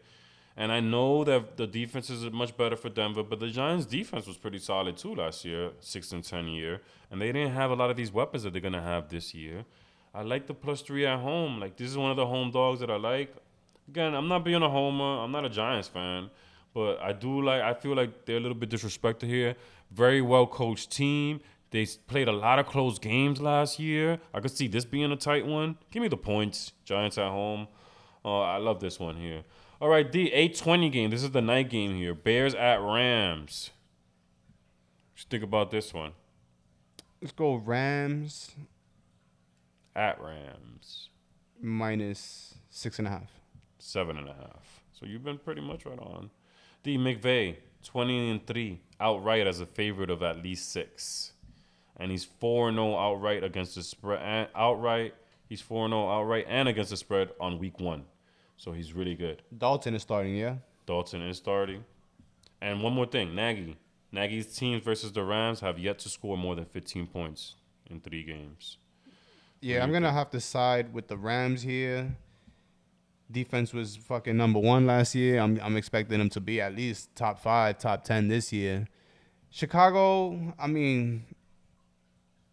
[SPEAKER 2] And I know that the defense is much better for Denver, but the Giants' defense was pretty solid too last year, six and ten year, and they didn't have a lot of these weapons that they're gonna have this year. I like the plus three at home. Like this is one of the home dogs that I like. Again, I'm not being a homer. I'm not a Giants fan, but I do like. I feel like they're a little bit disrespected here. Very well coached team. They s- played a lot of close games last year. I could see this being a tight one. Give me the points. Giants at home. Uh, I love this one here. All right, D eight twenty game. This is the night game here. Bears at Rams. Just think about this one.
[SPEAKER 1] Let's go Rams
[SPEAKER 2] At Rams,
[SPEAKER 1] minus six and a half.
[SPEAKER 2] seven and a half. So So you've been pretty much right on. D. McVeigh, 20 and 3, outright as a favorite of at least six. And he's 4 0 outright against the spread. And outright, he's 4 0 outright and against the spread on week one. So he's really good.
[SPEAKER 1] Dalton is starting, yeah.
[SPEAKER 2] Dalton is starting. And one more thing Nagy. Nagy's teams versus the Rams have yet to score more than 15 points in three games.
[SPEAKER 1] Yeah, I'm gonna have to side with the Rams here. Defense was fucking number one last year. I'm I'm expecting them to be at least top five, top ten this year. Chicago, I mean,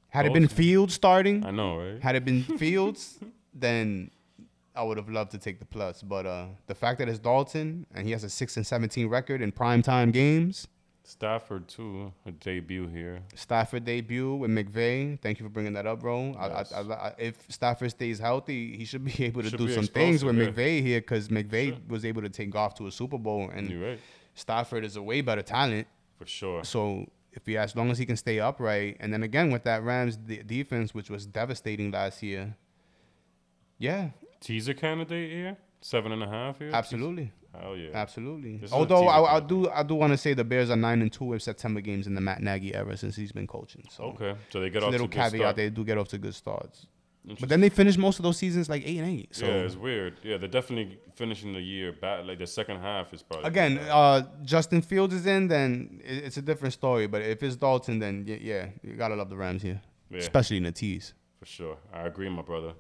[SPEAKER 1] had it been
[SPEAKER 2] Both.
[SPEAKER 1] Fields starting,
[SPEAKER 2] I know, right?
[SPEAKER 1] had it been Fields, then I would have loved to take the plus. But uh, the fact that it's Dalton and he has a six and seventeen record in primetime games,
[SPEAKER 2] Stafford, too, a debut here.
[SPEAKER 1] Stafford debut with McVay. Thank you for bringing that up, bro. I-
[SPEAKER 2] Yes.
[SPEAKER 1] I, I, I, if Stafford stays healthy, he should be able to
[SPEAKER 2] Should
[SPEAKER 1] do
[SPEAKER 2] be
[SPEAKER 1] some things with
[SPEAKER 2] explosive,
[SPEAKER 1] McVay here because McVay was able to take golf to a Super Bowl, and
[SPEAKER 2] You're right,
[SPEAKER 1] Stafford is a way better talent.
[SPEAKER 2] for sure.
[SPEAKER 1] So if he, as long as he can stay upright, and then again with that Rams de- defense, which was devastating last year. Yeah,
[SPEAKER 2] Teaser candidate here? Seven and a half here?
[SPEAKER 1] absolutely,
[SPEAKER 2] Hell yeah.
[SPEAKER 1] absolutely.
[SPEAKER 2] This is a
[SPEAKER 1] Although
[SPEAKER 2] teaser
[SPEAKER 1] I, I do, I do want to say the Bears are nine and two with September games in the Matt Nagy era since he's been coaching. So
[SPEAKER 2] Okay, so they get
[SPEAKER 1] it's a
[SPEAKER 2] off
[SPEAKER 1] little
[SPEAKER 2] to a good
[SPEAKER 1] caveat,
[SPEAKER 2] start.
[SPEAKER 1] they do get off to good starts.
[SPEAKER 2] Interesting.
[SPEAKER 1] But then they finished most of those seasons like eight and eight. So
[SPEAKER 2] yeah, it's weird. Yeah, they're definitely finishing the year bad. Like the second half is probably
[SPEAKER 1] again,
[SPEAKER 2] bad.
[SPEAKER 1] uh, Justin Fields is in, then it- it's a different story. But if it's Dalton, then y- yeah, you gotta love the Rams here,
[SPEAKER 2] Yeah.
[SPEAKER 1] especially in the tees.
[SPEAKER 2] for sure. I agree, my brother.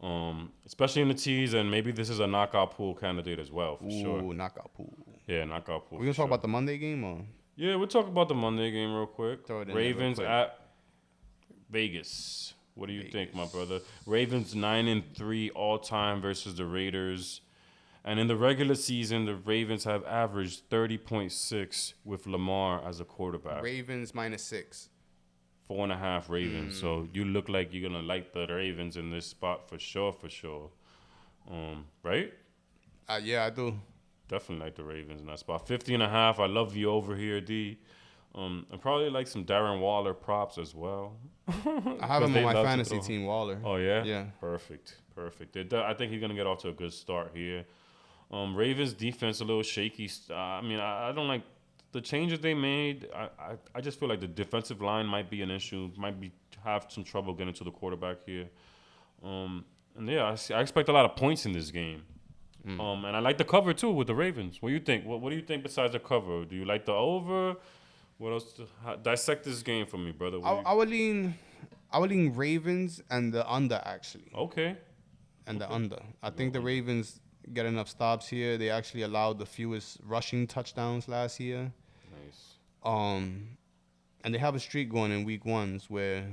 [SPEAKER 2] Um, especially in the tees, and maybe this is a knockout pool candidate as well, for
[SPEAKER 1] Ooh,
[SPEAKER 2] sure.
[SPEAKER 1] knockout pool.
[SPEAKER 2] Yeah, knockout pool.
[SPEAKER 1] We gonna
[SPEAKER 2] for
[SPEAKER 1] talk
[SPEAKER 2] sure.
[SPEAKER 1] about the Monday game or
[SPEAKER 2] Yeah, we'll talk about the Monday game real quick.
[SPEAKER 1] Throw it in there real
[SPEAKER 2] Ravens
[SPEAKER 1] quick.
[SPEAKER 2] at Vegas. What do you think, my brother? Ravens nine and three all time versus the Raiders. And in the regular season, the Ravens have averaged thirty point six with Lamar as a quarterback.
[SPEAKER 1] Ravens minus six.
[SPEAKER 2] Four and a half Ravens. So you look like you're gonna like the Ravens in this spot for sure, for sure. Um, right?
[SPEAKER 1] Uh, yeah, I do.
[SPEAKER 2] Definitely like the Ravens in that spot. 50 and a half. I love the over here, D. Um, and probably like some Darren Waller props as well.
[SPEAKER 1] I have him
[SPEAKER 2] they
[SPEAKER 1] on my
[SPEAKER 2] love to
[SPEAKER 1] fantasy
[SPEAKER 2] throw.
[SPEAKER 1] team, Waller.
[SPEAKER 2] Oh yeah,
[SPEAKER 1] Yeah.
[SPEAKER 2] Perfect, perfect. They do- I think he's gonna get off to a good start here. Um, Ravens defense a little shaky. st- uh, I mean, I, I don't like the changes they made. I, I, I just feel like the defensive line might be an issue. Might be have some trouble getting to the quarterback here. Um, and yeah, I, see, I expect a lot of points in this game. Um, and I like the cover too with the Ravens. What do you think? What, what do you think besides the cover? Do you like the over? What else? To, how, dissect this game for me, brother. What
[SPEAKER 1] I,
[SPEAKER 2] do you-
[SPEAKER 1] I would lean, I would lean Ravens and the under actually.
[SPEAKER 2] okay.
[SPEAKER 1] and the under. I think the Ravens get enough stops here. They actually allowed the fewest rushing touchdowns last year.
[SPEAKER 2] Nice.
[SPEAKER 1] Um, and they have a streak going in week ones where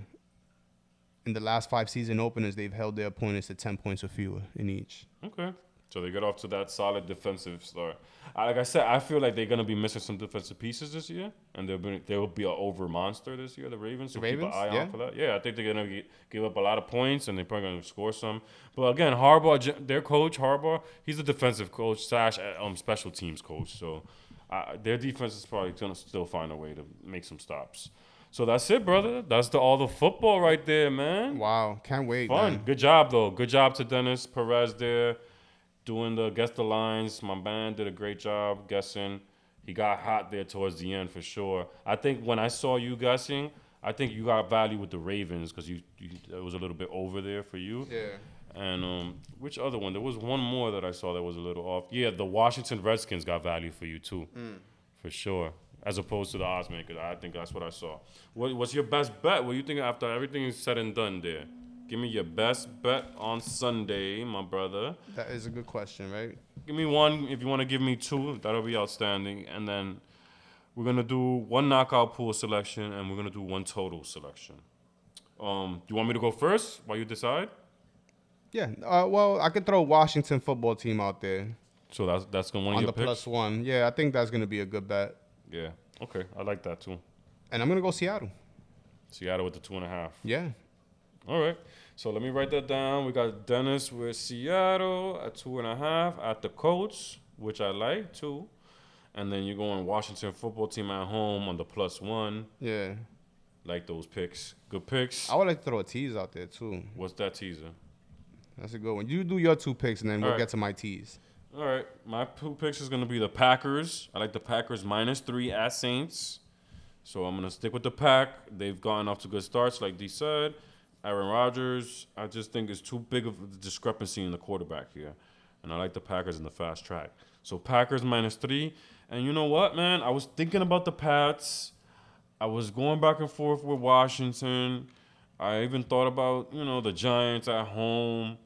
[SPEAKER 1] in the last five season openers, they've held their opponents to 10 points or fewer in each.
[SPEAKER 2] Okay. So they get off to that solid defensive start. I- Like I said, I feel like they're gonna be missing some defensive pieces this year, and they'll be they will be an over monster this year. The Ravens. So
[SPEAKER 1] The
[SPEAKER 2] keep an
[SPEAKER 1] Ravens,
[SPEAKER 2] eye
[SPEAKER 1] yeah.
[SPEAKER 2] out for that. Yeah, I think they're gonna get, give up a lot of points, and they're probably gonna score some. But again, Harbaugh, j- their coach Harbaugh, he's a defensive coach slash uh, um special teams coach. So uh, their defense is probably gonna still find a way to make some stops. So that's it, brother. That's the all the football right there, man.
[SPEAKER 1] Wow, can't wait.
[SPEAKER 2] Fun.
[SPEAKER 1] man.
[SPEAKER 2] Good job though. Good job to Dennis Perez there, doing the guess the lines. My man did a great job guessing. He got hot there towards the end for sure. I think when I saw you guessing, I think you got value with the Ravens because you, you it was a little bit over there for you.
[SPEAKER 1] Yeah.
[SPEAKER 2] And um, which other one? There was one more that I saw that was a little off. Yeah, the Washington Redskins got value for you too, for sure. As opposed to the odds maker, I think that's what I saw. What, what's your best bet? What do you think after everything is said and done? There, give me your best bet on Sunday, my brother.
[SPEAKER 1] That is a good question, right?
[SPEAKER 2] Give me one if you want to give me two. That'll be outstanding. And then we're gonna do one knockout pool selection, and we're gonna do one total selection. Um, do you want me to go first while you decide?
[SPEAKER 1] Yeah. Uh, well, I could throw Washington football team out there
[SPEAKER 2] So that's that's gonna one of
[SPEAKER 1] on
[SPEAKER 2] your
[SPEAKER 1] the
[SPEAKER 2] picks?
[SPEAKER 1] plus one. Yeah, I think that's going to be a good bet.
[SPEAKER 2] Yeah. Okay. I like that too.
[SPEAKER 1] And I'm going to go Seattle.
[SPEAKER 2] Seattle with the two and a half.
[SPEAKER 1] Yeah.
[SPEAKER 2] All right. So let me write that down. We got Dennis with Seattle at two and a half at the Colts, which I like too. And then you're going Washington football team at home on the plus one.
[SPEAKER 1] Yeah.
[SPEAKER 2] Like those picks. Good picks.
[SPEAKER 1] I would like to throw a tease out there, too.
[SPEAKER 2] What's that teaser?
[SPEAKER 1] That's a good one. You do your two picks, and then we'll
[SPEAKER 2] All right.
[SPEAKER 1] get to my teas.
[SPEAKER 2] All right, my two picks is gonna be the Packers. I like the Packers minus three at Saints, so I'm gonna stick with the pack. They've gotten off to good starts, like D said. Aaron Rodgers, I just think it's too big of a discrepancy in the quarterback here, and I like the Packers in the fast track. So Packers minus three, and you know what, man? I was thinking about the Pats. I was going back and forth with Washington. I even thought about you know the Giants at home,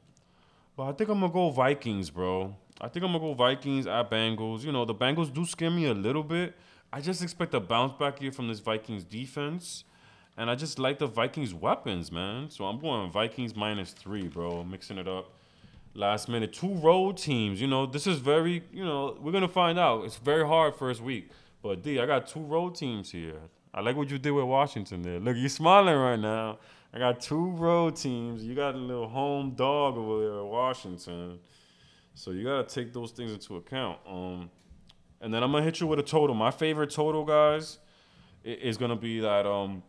[SPEAKER 2] but I think I'm gonna go Vikings, bro. I think I'm gonna go Vikings at Bengals. You know, the Bengals do scare me a little bit. I just expect a bounce back here from this Vikings defense. And I just like the Vikings weapons, man. So I'm going Vikings minus three, bro. Mixing it up. Last minute. Two road teams. You know, this is very, you know, we're gonna find out. It's very hard first week. But D, I got two road teams here. I like what you did with Washington there. Look, you're smiling right now. I got two road teams. You got a little home dog over there at Washington. So you gotta take those things into account. Um, and then I'm gonna hit you with a total. My favorite total, guys, i- is gonna be that um,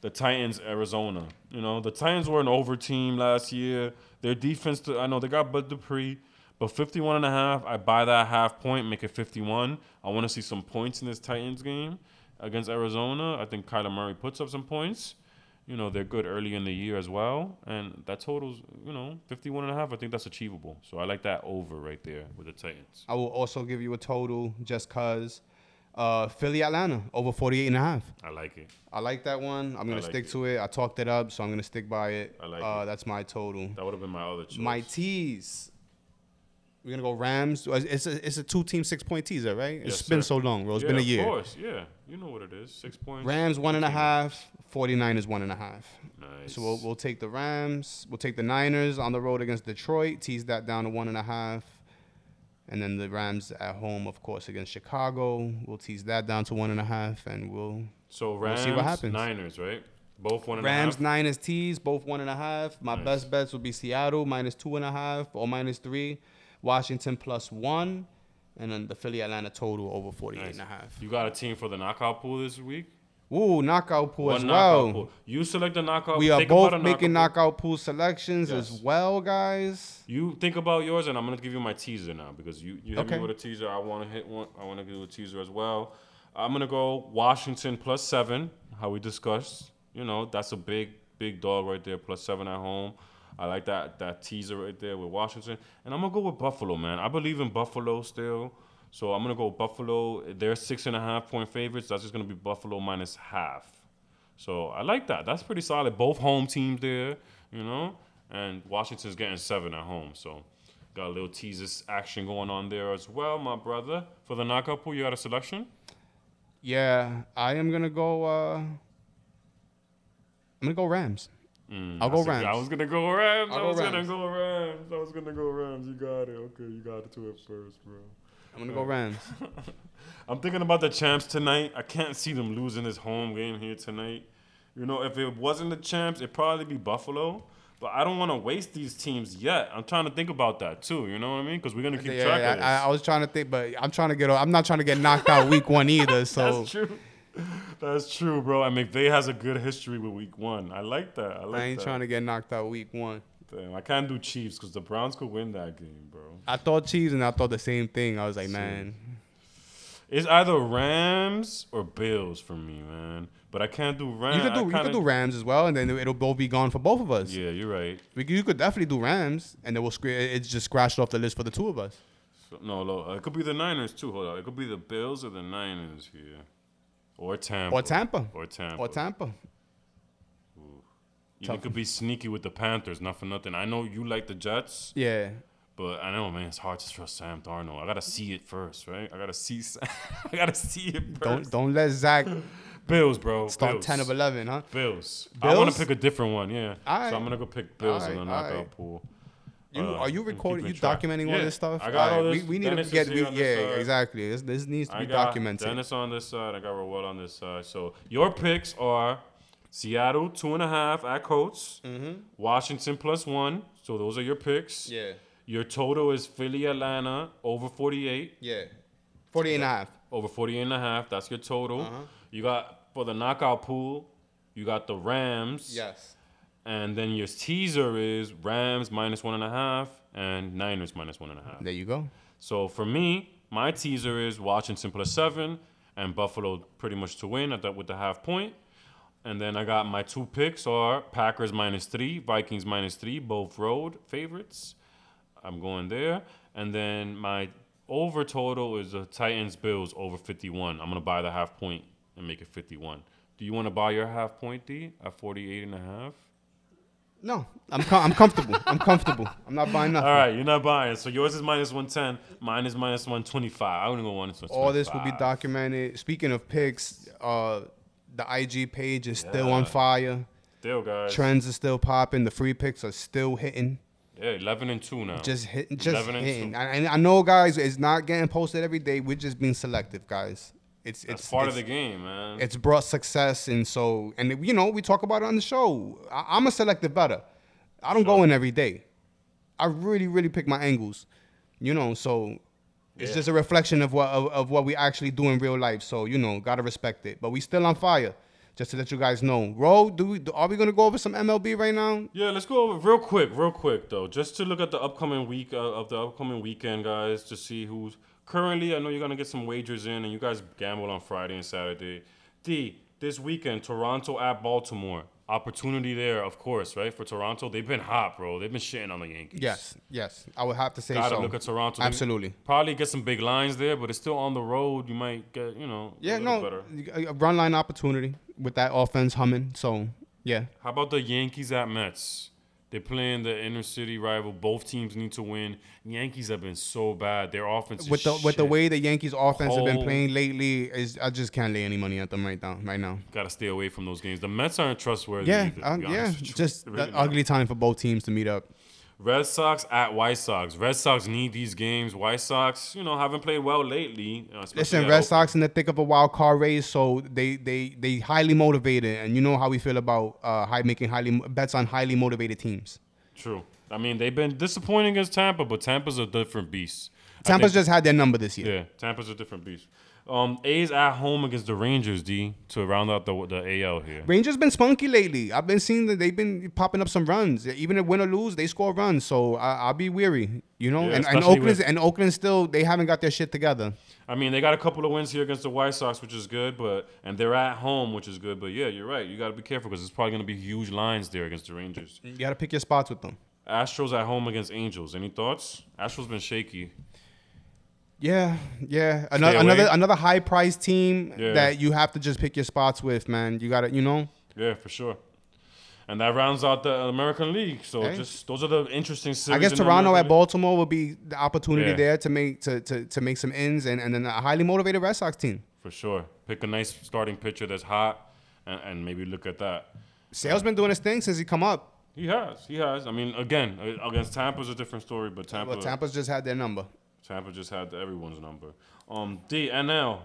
[SPEAKER 2] the Titans Arizona. You know, the Titans were an over team last year. Their defense, I know they got Bud Dupree, but 51 and a half, I buy that half point, make it 51. I want to see some points in this Titans game against Arizona. I think Kyler Murray puts up some points. You know, they're good early in the year as well. And that totals, you know, 51 and a half. I think that's achievable. So I like that over right there with the Titans.
[SPEAKER 1] I will also give you a total just cause. Uh, Philly Atlanta over 48 and a half.
[SPEAKER 2] I like it.
[SPEAKER 1] I like that one. I'm gonna
[SPEAKER 2] like
[SPEAKER 1] stick
[SPEAKER 2] it.
[SPEAKER 1] to it. I talked it up, so I'm gonna stick by it.
[SPEAKER 2] I like
[SPEAKER 1] uh,
[SPEAKER 2] it.
[SPEAKER 1] That's my total.
[SPEAKER 2] That would have been my other choice.
[SPEAKER 1] My tease. We're gonna go Rams. It's a, it's a two team six point teaser, right? It's
[SPEAKER 2] Yes,
[SPEAKER 1] been
[SPEAKER 2] sir.
[SPEAKER 1] so long, bro. It's
[SPEAKER 2] yeah,
[SPEAKER 1] been a
[SPEAKER 2] of
[SPEAKER 1] year.
[SPEAKER 2] course. Yeah. You know what it is. Six points.
[SPEAKER 1] Rams one and a half. 49 is one and a half.
[SPEAKER 2] Nice.
[SPEAKER 1] So we'll, we'll take the Rams. We'll take the Niners on the road against Detroit. Tease that down to one and a half. And then the Rams at home, of course, against Chicago. We'll tease that down to one and a half. And we'll
[SPEAKER 2] So
[SPEAKER 1] We'll
[SPEAKER 2] Rams,
[SPEAKER 1] see what happens.
[SPEAKER 2] Niners, right? Both one and a half.
[SPEAKER 1] Rams, Niners, tees, both one and a half. My
[SPEAKER 2] Nice.
[SPEAKER 1] best bets would be Seattle minus two and a half or minus three, Washington plus one, and then the Philly Atlanta total over 48
[SPEAKER 2] Nice.
[SPEAKER 1] and a half.
[SPEAKER 2] You got a team for the knockout pool this week?
[SPEAKER 1] Ooh, knockout pool Oh, as
[SPEAKER 2] One
[SPEAKER 1] well.
[SPEAKER 2] knockout pool. You select the knockout.
[SPEAKER 1] We are
[SPEAKER 2] think about
[SPEAKER 1] both
[SPEAKER 2] a
[SPEAKER 1] making
[SPEAKER 2] knockout. pool.
[SPEAKER 1] knockout pool selections as
[SPEAKER 2] Yes.
[SPEAKER 1] well, guys.
[SPEAKER 2] You think about yours, and I'm gonna give you my teaser now because you you hit
[SPEAKER 1] Okay.
[SPEAKER 2] me with a teaser. I want to hit one. I want to do a teaser as well. I'm gonna go Washington plus seven. How we discussed. You know that's a big big dog right there. Plus seven at home. I like that that teaser right there with Washington, and I'm gonna go with Buffalo, man. I believe in Buffalo still, so I'm gonna go Buffalo. They're six and a half point favorites. That's just gonna be Buffalo minus half. So I like that. That's pretty solid. Both home teams there, you know, and Washington's getting seven at home. So got a little teases action going on there as well, my brother. For the knockout pool, you got a selection?
[SPEAKER 1] Yeah, I am gonna go. Uh, I'm gonna go Rams.
[SPEAKER 2] Mm,
[SPEAKER 1] I'll
[SPEAKER 2] I
[SPEAKER 1] go
[SPEAKER 2] said- I
[SPEAKER 1] Rams.
[SPEAKER 2] was gonna go Rams.
[SPEAKER 1] I'll
[SPEAKER 2] I
[SPEAKER 1] go
[SPEAKER 2] was gonna
[SPEAKER 1] Rams.
[SPEAKER 2] go Rams. I was gonna go Rams. You got it. Okay, you got it to it first, bro.
[SPEAKER 1] I'm gonna go Rams.
[SPEAKER 2] I'm thinking about the champs tonight. I can't see them losing this home game here tonight. You know, if it wasn't the champs, it'd probably be Buffalo. But I don't want to waste these teams yet. I'm trying to think about that too. You know what I mean? Because we're gonna keep
[SPEAKER 1] Yeah,
[SPEAKER 2] track
[SPEAKER 1] yeah,
[SPEAKER 2] of this.
[SPEAKER 1] I, I was trying to think, but I'm trying to get. I'm not trying to get knocked out week one either. So
[SPEAKER 2] That's true. That's true, bro. And McVay has a good history with Week One. I like that. I like
[SPEAKER 1] I ain't
[SPEAKER 2] that.
[SPEAKER 1] trying to get knocked out week one.
[SPEAKER 2] Damn, I can't do Chiefs because the Browns could win that game, bro.
[SPEAKER 1] I thought Chiefs and I thought the same thing. I was like, man,
[SPEAKER 2] It's either Rams or Bills for me, man. But I can't do Rams.
[SPEAKER 1] you could do
[SPEAKER 2] Uh, I
[SPEAKER 1] you
[SPEAKER 2] kinda-
[SPEAKER 1] could do Rams as well, and then it'll both be gone for both of us.
[SPEAKER 2] Yeah, you're right.
[SPEAKER 1] We, could- you could definitely do Rams, and then we'll scr- it's just scratched off the list for the two of us.
[SPEAKER 2] So, no, no, uh, it could be the Niners too. Hold on, it could be the Bills or the Niners here, or Tampa,
[SPEAKER 1] Or Tampa.
[SPEAKER 2] or Tampa,
[SPEAKER 1] Or Tampa.
[SPEAKER 2] You could be sneaky with the Panthers. Not for nothing. I know you like the Jets,
[SPEAKER 1] Yeah.
[SPEAKER 2] but I know, man, it's hard to trust Sam Darnold. I gotta see it first, right? I gotta see. Sam. I gotta see it 1st
[SPEAKER 1] Don't don't let Zach
[SPEAKER 2] Bills, bro.
[SPEAKER 1] start
[SPEAKER 2] Bills.
[SPEAKER 1] ten of eleven, huh?
[SPEAKER 2] Bills. I want
[SPEAKER 1] Bills?
[SPEAKER 2] to pick a different one. Yeah.
[SPEAKER 1] Alright.
[SPEAKER 2] So I'm gonna go pick Bills in the
[SPEAKER 1] Alright,
[SPEAKER 2] knockout
[SPEAKER 1] alright.
[SPEAKER 2] pool.
[SPEAKER 1] You,
[SPEAKER 2] Uh,
[SPEAKER 1] are you
[SPEAKER 2] I'm
[SPEAKER 1] recording? You
[SPEAKER 2] keeping track.
[SPEAKER 1] documenting all
[SPEAKER 2] Yeah,
[SPEAKER 1] this stuff?
[SPEAKER 2] I got all
[SPEAKER 1] Alright,
[SPEAKER 2] this.
[SPEAKER 1] We, we need
[SPEAKER 2] Dennis
[SPEAKER 1] to
[SPEAKER 2] is
[SPEAKER 1] get. We,
[SPEAKER 2] here on this
[SPEAKER 1] yeah,
[SPEAKER 2] side.
[SPEAKER 1] exactly. This, this needs to
[SPEAKER 2] I
[SPEAKER 1] be
[SPEAKER 2] got
[SPEAKER 1] documented.
[SPEAKER 2] Dennis on this side. I got Rowell on this side. So your picks are Seattle two and a half at Colts, Washington plus one. So those are your picks.
[SPEAKER 1] Mm-hmm. Yeah,
[SPEAKER 2] Your total is Philly Atlanta over 48,
[SPEAKER 1] yeah. 48 and a half.
[SPEAKER 2] over 48 and a half. That's your total.
[SPEAKER 1] Uh-huh.
[SPEAKER 2] You got for the knockout pool, you got the Rams.
[SPEAKER 1] Yes.
[SPEAKER 2] And then your teaser is Rams minus one and a half and Niners minus one and a half.
[SPEAKER 1] There you go.
[SPEAKER 2] So for me, my teaser is Washington plus seven and Buffalo pretty much to win at that with the half point. And then I got my two picks are Packers minus three, Vikings minus three, both road favorites. I'm going there. And then my over total is the Titans Bills over 51. I'm gonna buy the half point and make it 51. Do you want to buy your half point D at 48 and a half?
[SPEAKER 1] No, I'm com- I'm comfortable. I'm comfortable. I'm not buying nothing.
[SPEAKER 2] All right, you're not buying. So yours is minus 110. Mine is minus 125. I wouldn't go minus 125.
[SPEAKER 1] All this will be documented. Speaking of picks, uh, the IG page is still on
[SPEAKER 2] Yeah.
[SPEAKER 1] fire.
[SPEAKER 2] Still, guys.
[SPEAKER 1] Trends are still popping. The free picks are still hitting.
[SPEAKER 2] Yeah, 11 and 2 now.
[SPEAKER 1] Just hitting. Just
[SPEAKER 2] 11 and
[SPEAKER 1] hitting.
[SPEAKER 2] two.
[SPEAKER 1] I, and I know, guys, it's not getting posted every day. We're just being selective, guys. It's
[SPEAKER 2] That's
[SPEAKER 1] it's
[SPEAKER 2] part
[SPEAKER 1] it's,
[SPEAKER 2] of the game, man.
[SPEAKER 1] it's brought success, and so and you know we talk about it on the show. I, I'm a selective better. I don't go in every day. I really, really pick my angles, you know. So it's
[SPEAKER 2] Yeah.
[SPEAKER 1] just a reflection of what of, of what we actually do in real life. So you know, gotta respect it. But we still on fire. Just to let you guys know, Ro, do we do, are we gonna go over some MLB right now?
[SPEAKER 2] Yeah, let's go over real quick, real quick though, just to look at the upcoming week uh, of the upcoming weekend, guys, to see who's currently. I know you're gonna get some wagers in, and you guys gamble on Friday and Saturday. D this weekend, Toronto at Baltimore. Opportunity there, of course, right? For Toronto, they've been hot, bro. They've been shitting on the Yankees.
[SPEAKER 1] Yes, yes. I would have to say
[SPEAKER 2] Gotta
[SPEAKER 1] so.
[SPEAKER 2] look at Toronto. They
[SPEAKER 1] Absolutely.
[SPEAKER 2] Probably get some big lines there, but it's still on the road. You might get, you know, a
[SPEAKER 1] Yeah, no,
[SPEAKER 2] little better.
[SPEAKER 1] a- a run line opportunity with that offense humming. So yeah,
[SPEAKER 2] How about the Yankees at Mets? They're playing the inner city rival. Both teams need to win. Yankees have been so bad. Their offense is
[SPEAKER 1] with the with the
[SPEAKER 2] shit. Oh.
[SPEAKER 1] way the Yankees offense have been
[SPEAKER 2] Cold.
[SPEAKER 1] playing lately, is I just can't lay any money at them right now. Right now.
[SPEAKER 2] gotta stay away from those games. The Mets aren't trustworthy.
[SPEAKER 1] Yeah,
[SPEAKER 2] either, to
[SPEAKER 1] uh,
[SPEAKER 2] be honest
[SPEAKER 1] yeah.
[SPEAKER 2] with you.
[SPEAKER 1] Just uh,
[SPEAKER 2] They're really
[SPEAKER 1] an
[SPEAKER 2] not.
[SPEAKER 1] ugly time for both teams to meet up.
[SPEAKER 2] Red Sox at White Sox. Red Sox need these games. White Sox, you know, haven't played well lately. uh, especially
[SPEAKER 1] Listen,
[SPEAKER 2] at
[SPEAKER 1] Red
[SPEAKER 2] Oakland.
[SPEAKER 1] Sox in the thick of a wild card race, so they they they highly motivated, and you know how we feel about uh, high making highly bets on highly motivated teams.
[SPEAKER 2] True. I mean, they've been disappointing against Tampa, but Tampa's a different beast. I
[SPEAKER 1] Tampa's
[SPEAKER 2] think-
[SPEAKER 1] just had their number this year.
[SPEAKER 2] Yeah, Tampa's a different beast. Um, A's at home against the Rangers, D, to round out the the AL here.
[SPEAKER 1] Rangers been spunky lately. I've been seeing that they've been popping up some runs. Even if win or lose, they score runs. So I, I'll be weary, you know. and,
[SPEAKER 2] Yeah,
[SPEAKER 1] and
[SPEAKER 2] especially
[SPEAKER 1] Oakland's
[SPEAKER 2] with-
[SPEAKER 1] and Oakland still they haven't got their shit together.
[SPEAKER 2] I mean, they got a couple of wins here against the White Sox, which is good, but and they're at home, which is good. But yeah, you're right. You got to be careful because it's probably going to be huge lines there against the Rangers.
[SPEAKER 1] You got to pick your spots with them.
[SPEAKER 2] Astros at home against Angels. Any thoughts? Astros been shaky.
[SPEAKER 1] Yeah, yeah. Another
[SPEAKER 2] away.
[SPEAKER 1] another another high priced team
[SPEAKER 2] Yeah.
[SPEAKER 1] that you have to just pick your spots with, man. You got to you know.
[SPEAKER 2] Yeah, for sure. And that rounds out the American League. So
[SPEAKER 1] Hey.
[SPEAKER 2] just those are the interesting series.
[SPEAKER 1] I guess
[SPEAKER 2] in the
[SPEAKER 1] Toronto
[SPEAKER 2] American
[SPEAKER 1] at
[SPEAKER 2] League.
[SPEAKER 1] Baltimore will be the opportunity
[SPEAKER 2] Yeah.
[SPEAKER 1] there to make to, to, to make some ends and, and then a highly motivated Red Sox team.
[SPEAKER 2] For sure. Pick a nice starting pitcher that's hot, and, and maybe look at that.
[SPEAKER 1] Sale's been doing his thing since he come up.
[SPEAKER 2] He has. He has. I mean, again, uh, against Tampa's a different story, but Tampa,
[SPEAKER 1] But Tampa's just had their number.
[SPEAKER 2] Tampa just had everyone's number. Um, D NL,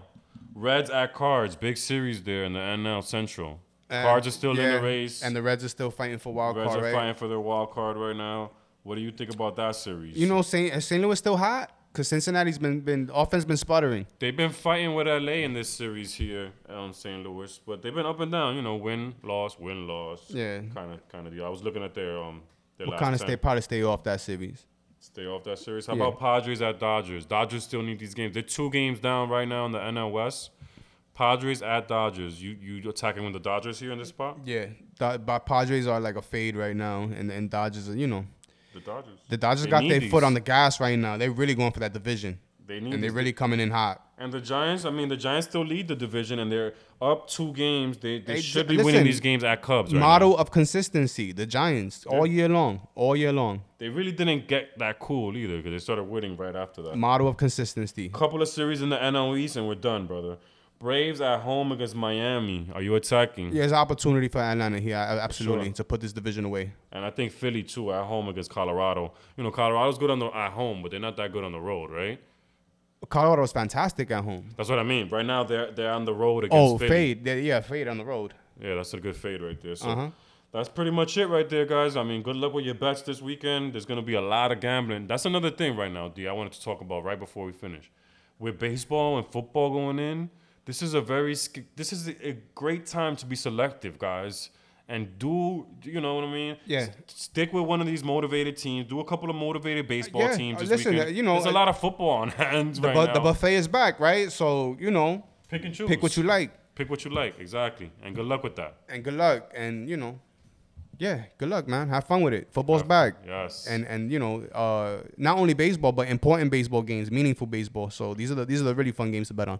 [SPEAKER 2] Reds at Cards, big series there in the NL Central.
[SPEAKER 1] And-
[SPEAKER 2] Cards are still in
[SPEAKER 1] yeah,
[SPEAKER 2] the race,
[SPEAKER 1] and
[SPEAKER 2] and
[SPEAKER 1] the Reds are still fighting for
[SPEAKER 2] the
[SPEAKER 1] wild
[SPEAKER 2] Reds
[SPEAKER 1] card.
[SPEAKER 2] are
[SPEAKER 1] right?
[SPEAKER 2] fighting for their wild card right now. What do you think about that series?
[SPEAKER 1] You know, St. is St. Louis still hot because Cincinnati's been been offense been sputtering.
[SPEAKER 2] they've been fighting with LA in this series here on St. Louis, but they've been up and down. You know, win loss, win loss.
[SPEAKER 1] Yeah.
[SPEAKER 2] kind of kind of deal. I was looking at their um their
[SPEAKER 1] What
[SPEAKER 2] last
[SPEAKER 1] kind of
[SPEAKER 2] ten.
[SPEAKER 1] stay probably stay off that series?
[SPEAKER 2] Stay off that series. How
[SPEAKER 1] Yeah.
[SPEAKER 2] about Padres at Dodgers? Dodgers still need these games. They're two games down right now in the NL West. Padres at Dodgers. You you attacking with the Dodgers here in this spot?
[SPEAKER 1] Yeah, the, but Padres are like a fade right now, and and Dodgers, are, you know,
[SPEAKER 2] The Dodgers.
[SPEAKER 1] the Dodgers
[SPEAKER 2] They
[SPEAKER 1] got
[SPEAKER 2] need
[SPEAKER 1] their
[SPEAKER 2] these.
[SPEAKER 1] foot on the gas right now. They're really going for that division,
[SPEAKER 2] They need
[SPEAKER 1] and they're
[SPEAKER 2] these.
[SPEAKER 1] really coming in hot.
[SPEAKER 2] and the Giants. I mean, the Giants still lead the division, and they're up two games. They, they
[SPEAKER 1] Hey,
[SPEAKER 2] should
[SPEAKER 1] ju-
[SPEAKER 2] be winning
[SPEAKER 1] listen,
[SPEAKER 2] these games at Cubs. Right now.
[SPEAKER 1] Model of consistency, the Giants all year long, all year long.
[SPEAKER 2] They really didn't get that cool either because they started winning right after that.
[SPEAKER 1] Model of consistency.
[SPEAKER 2] Couple of series in the NL East, and we're done, brother. Braves at home against Miami. Are you attacking?
[SPEAKER 1] There's opportunity for Atlanta here, I- I- absolutely,
[SPEAKER 2] Sure.
[SPEAKER 1] to put this division away.
[SPEAKER 2] And I think Philly too at home against Colorado. You know, Colorado's good on the at home, but they're not that good on the road, right?
[SPEAKER 1] Colorado's fantastic at home.
[SPEAKER 2] That's what I mean. Right now they're they're on the road against
[SPEAKER 1] Oh,
[SPEAKER 2] Philly.
[SPEAKER 1] fade, yeah, yeah, fade on the road.
[SPEAKER 2] Yeah, that's a good fade right there. So
[SPEAKER 1] Uh-huh.
[SPEAKER 2] that's pretty much it right there, guys. I mean, good luck with your bets this weekend. There's gonna be a lot of gambling. That's another thing right now, D. I wanted to talk about right before we finish. With baseball and football going in, this is a very sk- this is a a great time to be selective, guys. and do you know what I mean?
[SPEAKER 1] Yeah.
[SPEAKER 2] S- stick with one of these motivated teams. Do a couple of motivated baseball
[SPEAKER 1] Yeah,
[SPEAKER 2] teams.
[SPEAKER 1] uh,
[SPEAKER 2] This
[SPEAKER 1] listen,
[SPEAKER 2] weekend.
[SPEAKER 1] uh, you know,
[SPEAKER 2] there's
[SPEAKER 1] uh,
[SPEAKER 2] a lot of football on hands
[SPEAKER 1] The,
[SPEAKER 2] right
[SPEAKER 1] bu-
[SPEAKER 2] now.
[SPEAKER 1] the buffet is back, right? So you know,
[SPEAKER 2] pick and choose.
[SPEAKER 1] pick what you like,
[SPEAKER 2] pick what you like exactly, and good luck with that.
[SPEAKER 1] and good luck, and you know, yeah, good luck, man. Have fun with it. Football's back.
[SPEAKER 2] Yes.
[SPEAKER 1] and and you know uh, not only baseball but important baseball games meaningful baseball so these are the these are the really fun games to bet on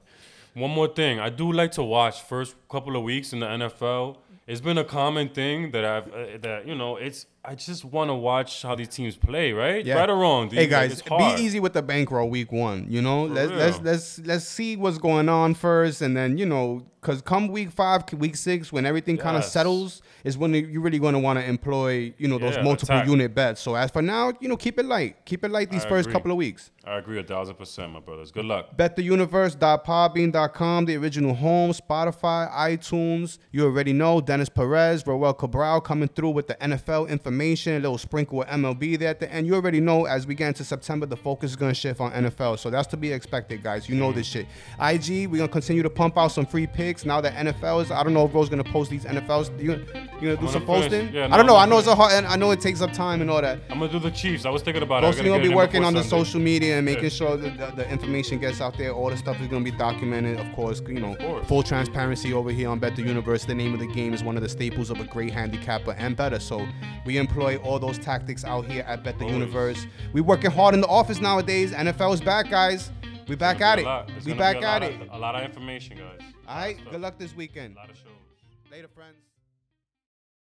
[SPEAKER 2] One more thing, I do like to watch first couple of weeks in the NFL. It's been a common thing that I've uh, that you know it's I just want to watch how these teams play, right? Right or wrong?
[SPEAKER 1] hey
[SPEAKER 2] dude, like,
[SPEAKER 1] guys
[SPEAKER 2] it's hard.
[SPEAKER 1] be easy with the bankroll week one you know let's,
[SPEAKER 2] real.
[SPEAKER 1] let's let's let's see what's going on first and then you know because come week five week six when everything kind of
[SPEAKER 2] Yes.
[SPEAKER 1] settles is when you really going to want to employ you know those
[SPEAKER 2] Yeah,
[SPEAKER 1] multiple
[SPEAKER 2] attack.
[SPEAKER 1] unit bets so as for now you know keep it light keep it light these
[SPEAKER 2] I
[SPEAKER 1] first
[SPEAKER 2] agree.
[SPEAKER 1] couple of weeks
[SPEAKER 2] I agree a thousand percent, my brothers. Good luck.
[SPEAKER 1] BetTheUniverse.podbean.com, the original home, Spotify, iTunes. You already know Dennis Perez, Roel Cabral coming through with the NFL information, a little sprinkle of MLB there at the end. You already know as we get into September, the focus is going to shift on NFL. So that's to be expected, guys. You know this shit. IG, we're going to continue to pump out some free picks now that NFL is. I don't know if Ro's going to post these NFLs. You, you going to do
[SPEAKER 2] gonna
[SPEAKER 1] some
[SPEAKER 2] finish.
[SPEAKER 1] posting?
[SPEAKER 2] Yeah,
[SPEAKER 1] I don't
[SPEAKER 2] no,
[SPEAKER 1] know. I
[SPEAKER 2] I'm
[SPEAKER 1] know
[SPEAKER 2] gonna
[SPEAKER 1] it's a hard, and I know it takes up time and all that.
[SPEAKER 2] I'm gonna do the Chiefs. I was thinking about it. I
[SPEAKER 1] Mostly
[SPEAKER 2] gotta
[SPEAKER 1] gonna be
[SPEAKER 2] get it in
[SPEAKER 1] working
[SPEAKER 2] before
[SPEAKER 1] on the
[SPEAKER 2] Sunday.
[SPEAKER 1] social media and making
[SPEAKER 2] Yeah.
[SPEAKER 1] sure that the, the information gets out there. All the stuff is gonna be documented, of course. You know,
[SPEAKER 2] course.
[SPEAKER 1] full transparency over here on Bet the Universe. The name of the game is one of the staples of a great handicapper and better. So we employ all those tactics out here at Bet the
[SPEAKER 2] Always.
[SPEAKER 1] Universe. We working hard in the office nowadays. NFL is back, guys. We back
[SPEAKER 2] Gonna
[SPEAKER 1] at
[SPEAKER 2] be a
[SPEAKER 1] it.
[SPEAKER 2] lot. It's
[SPEAKER 1] We
[SPEAKER 2] gonna
[SPEAKER 1] back
[SPEAKER 2] be a lot
[SPEAKER 1] at it.
[SPEAKER 2] of- A lot of information, guys. A lot
[SPEAKER 1] All
[SPEAKER 2] of
[SPEAKER 1] right.
[SPEAKER 2] stuff.
[SPEAKER 1] Good luck this weekend.
[SPEAKER 2] A lot of shows.
[SPEAKER 1] Later, friends.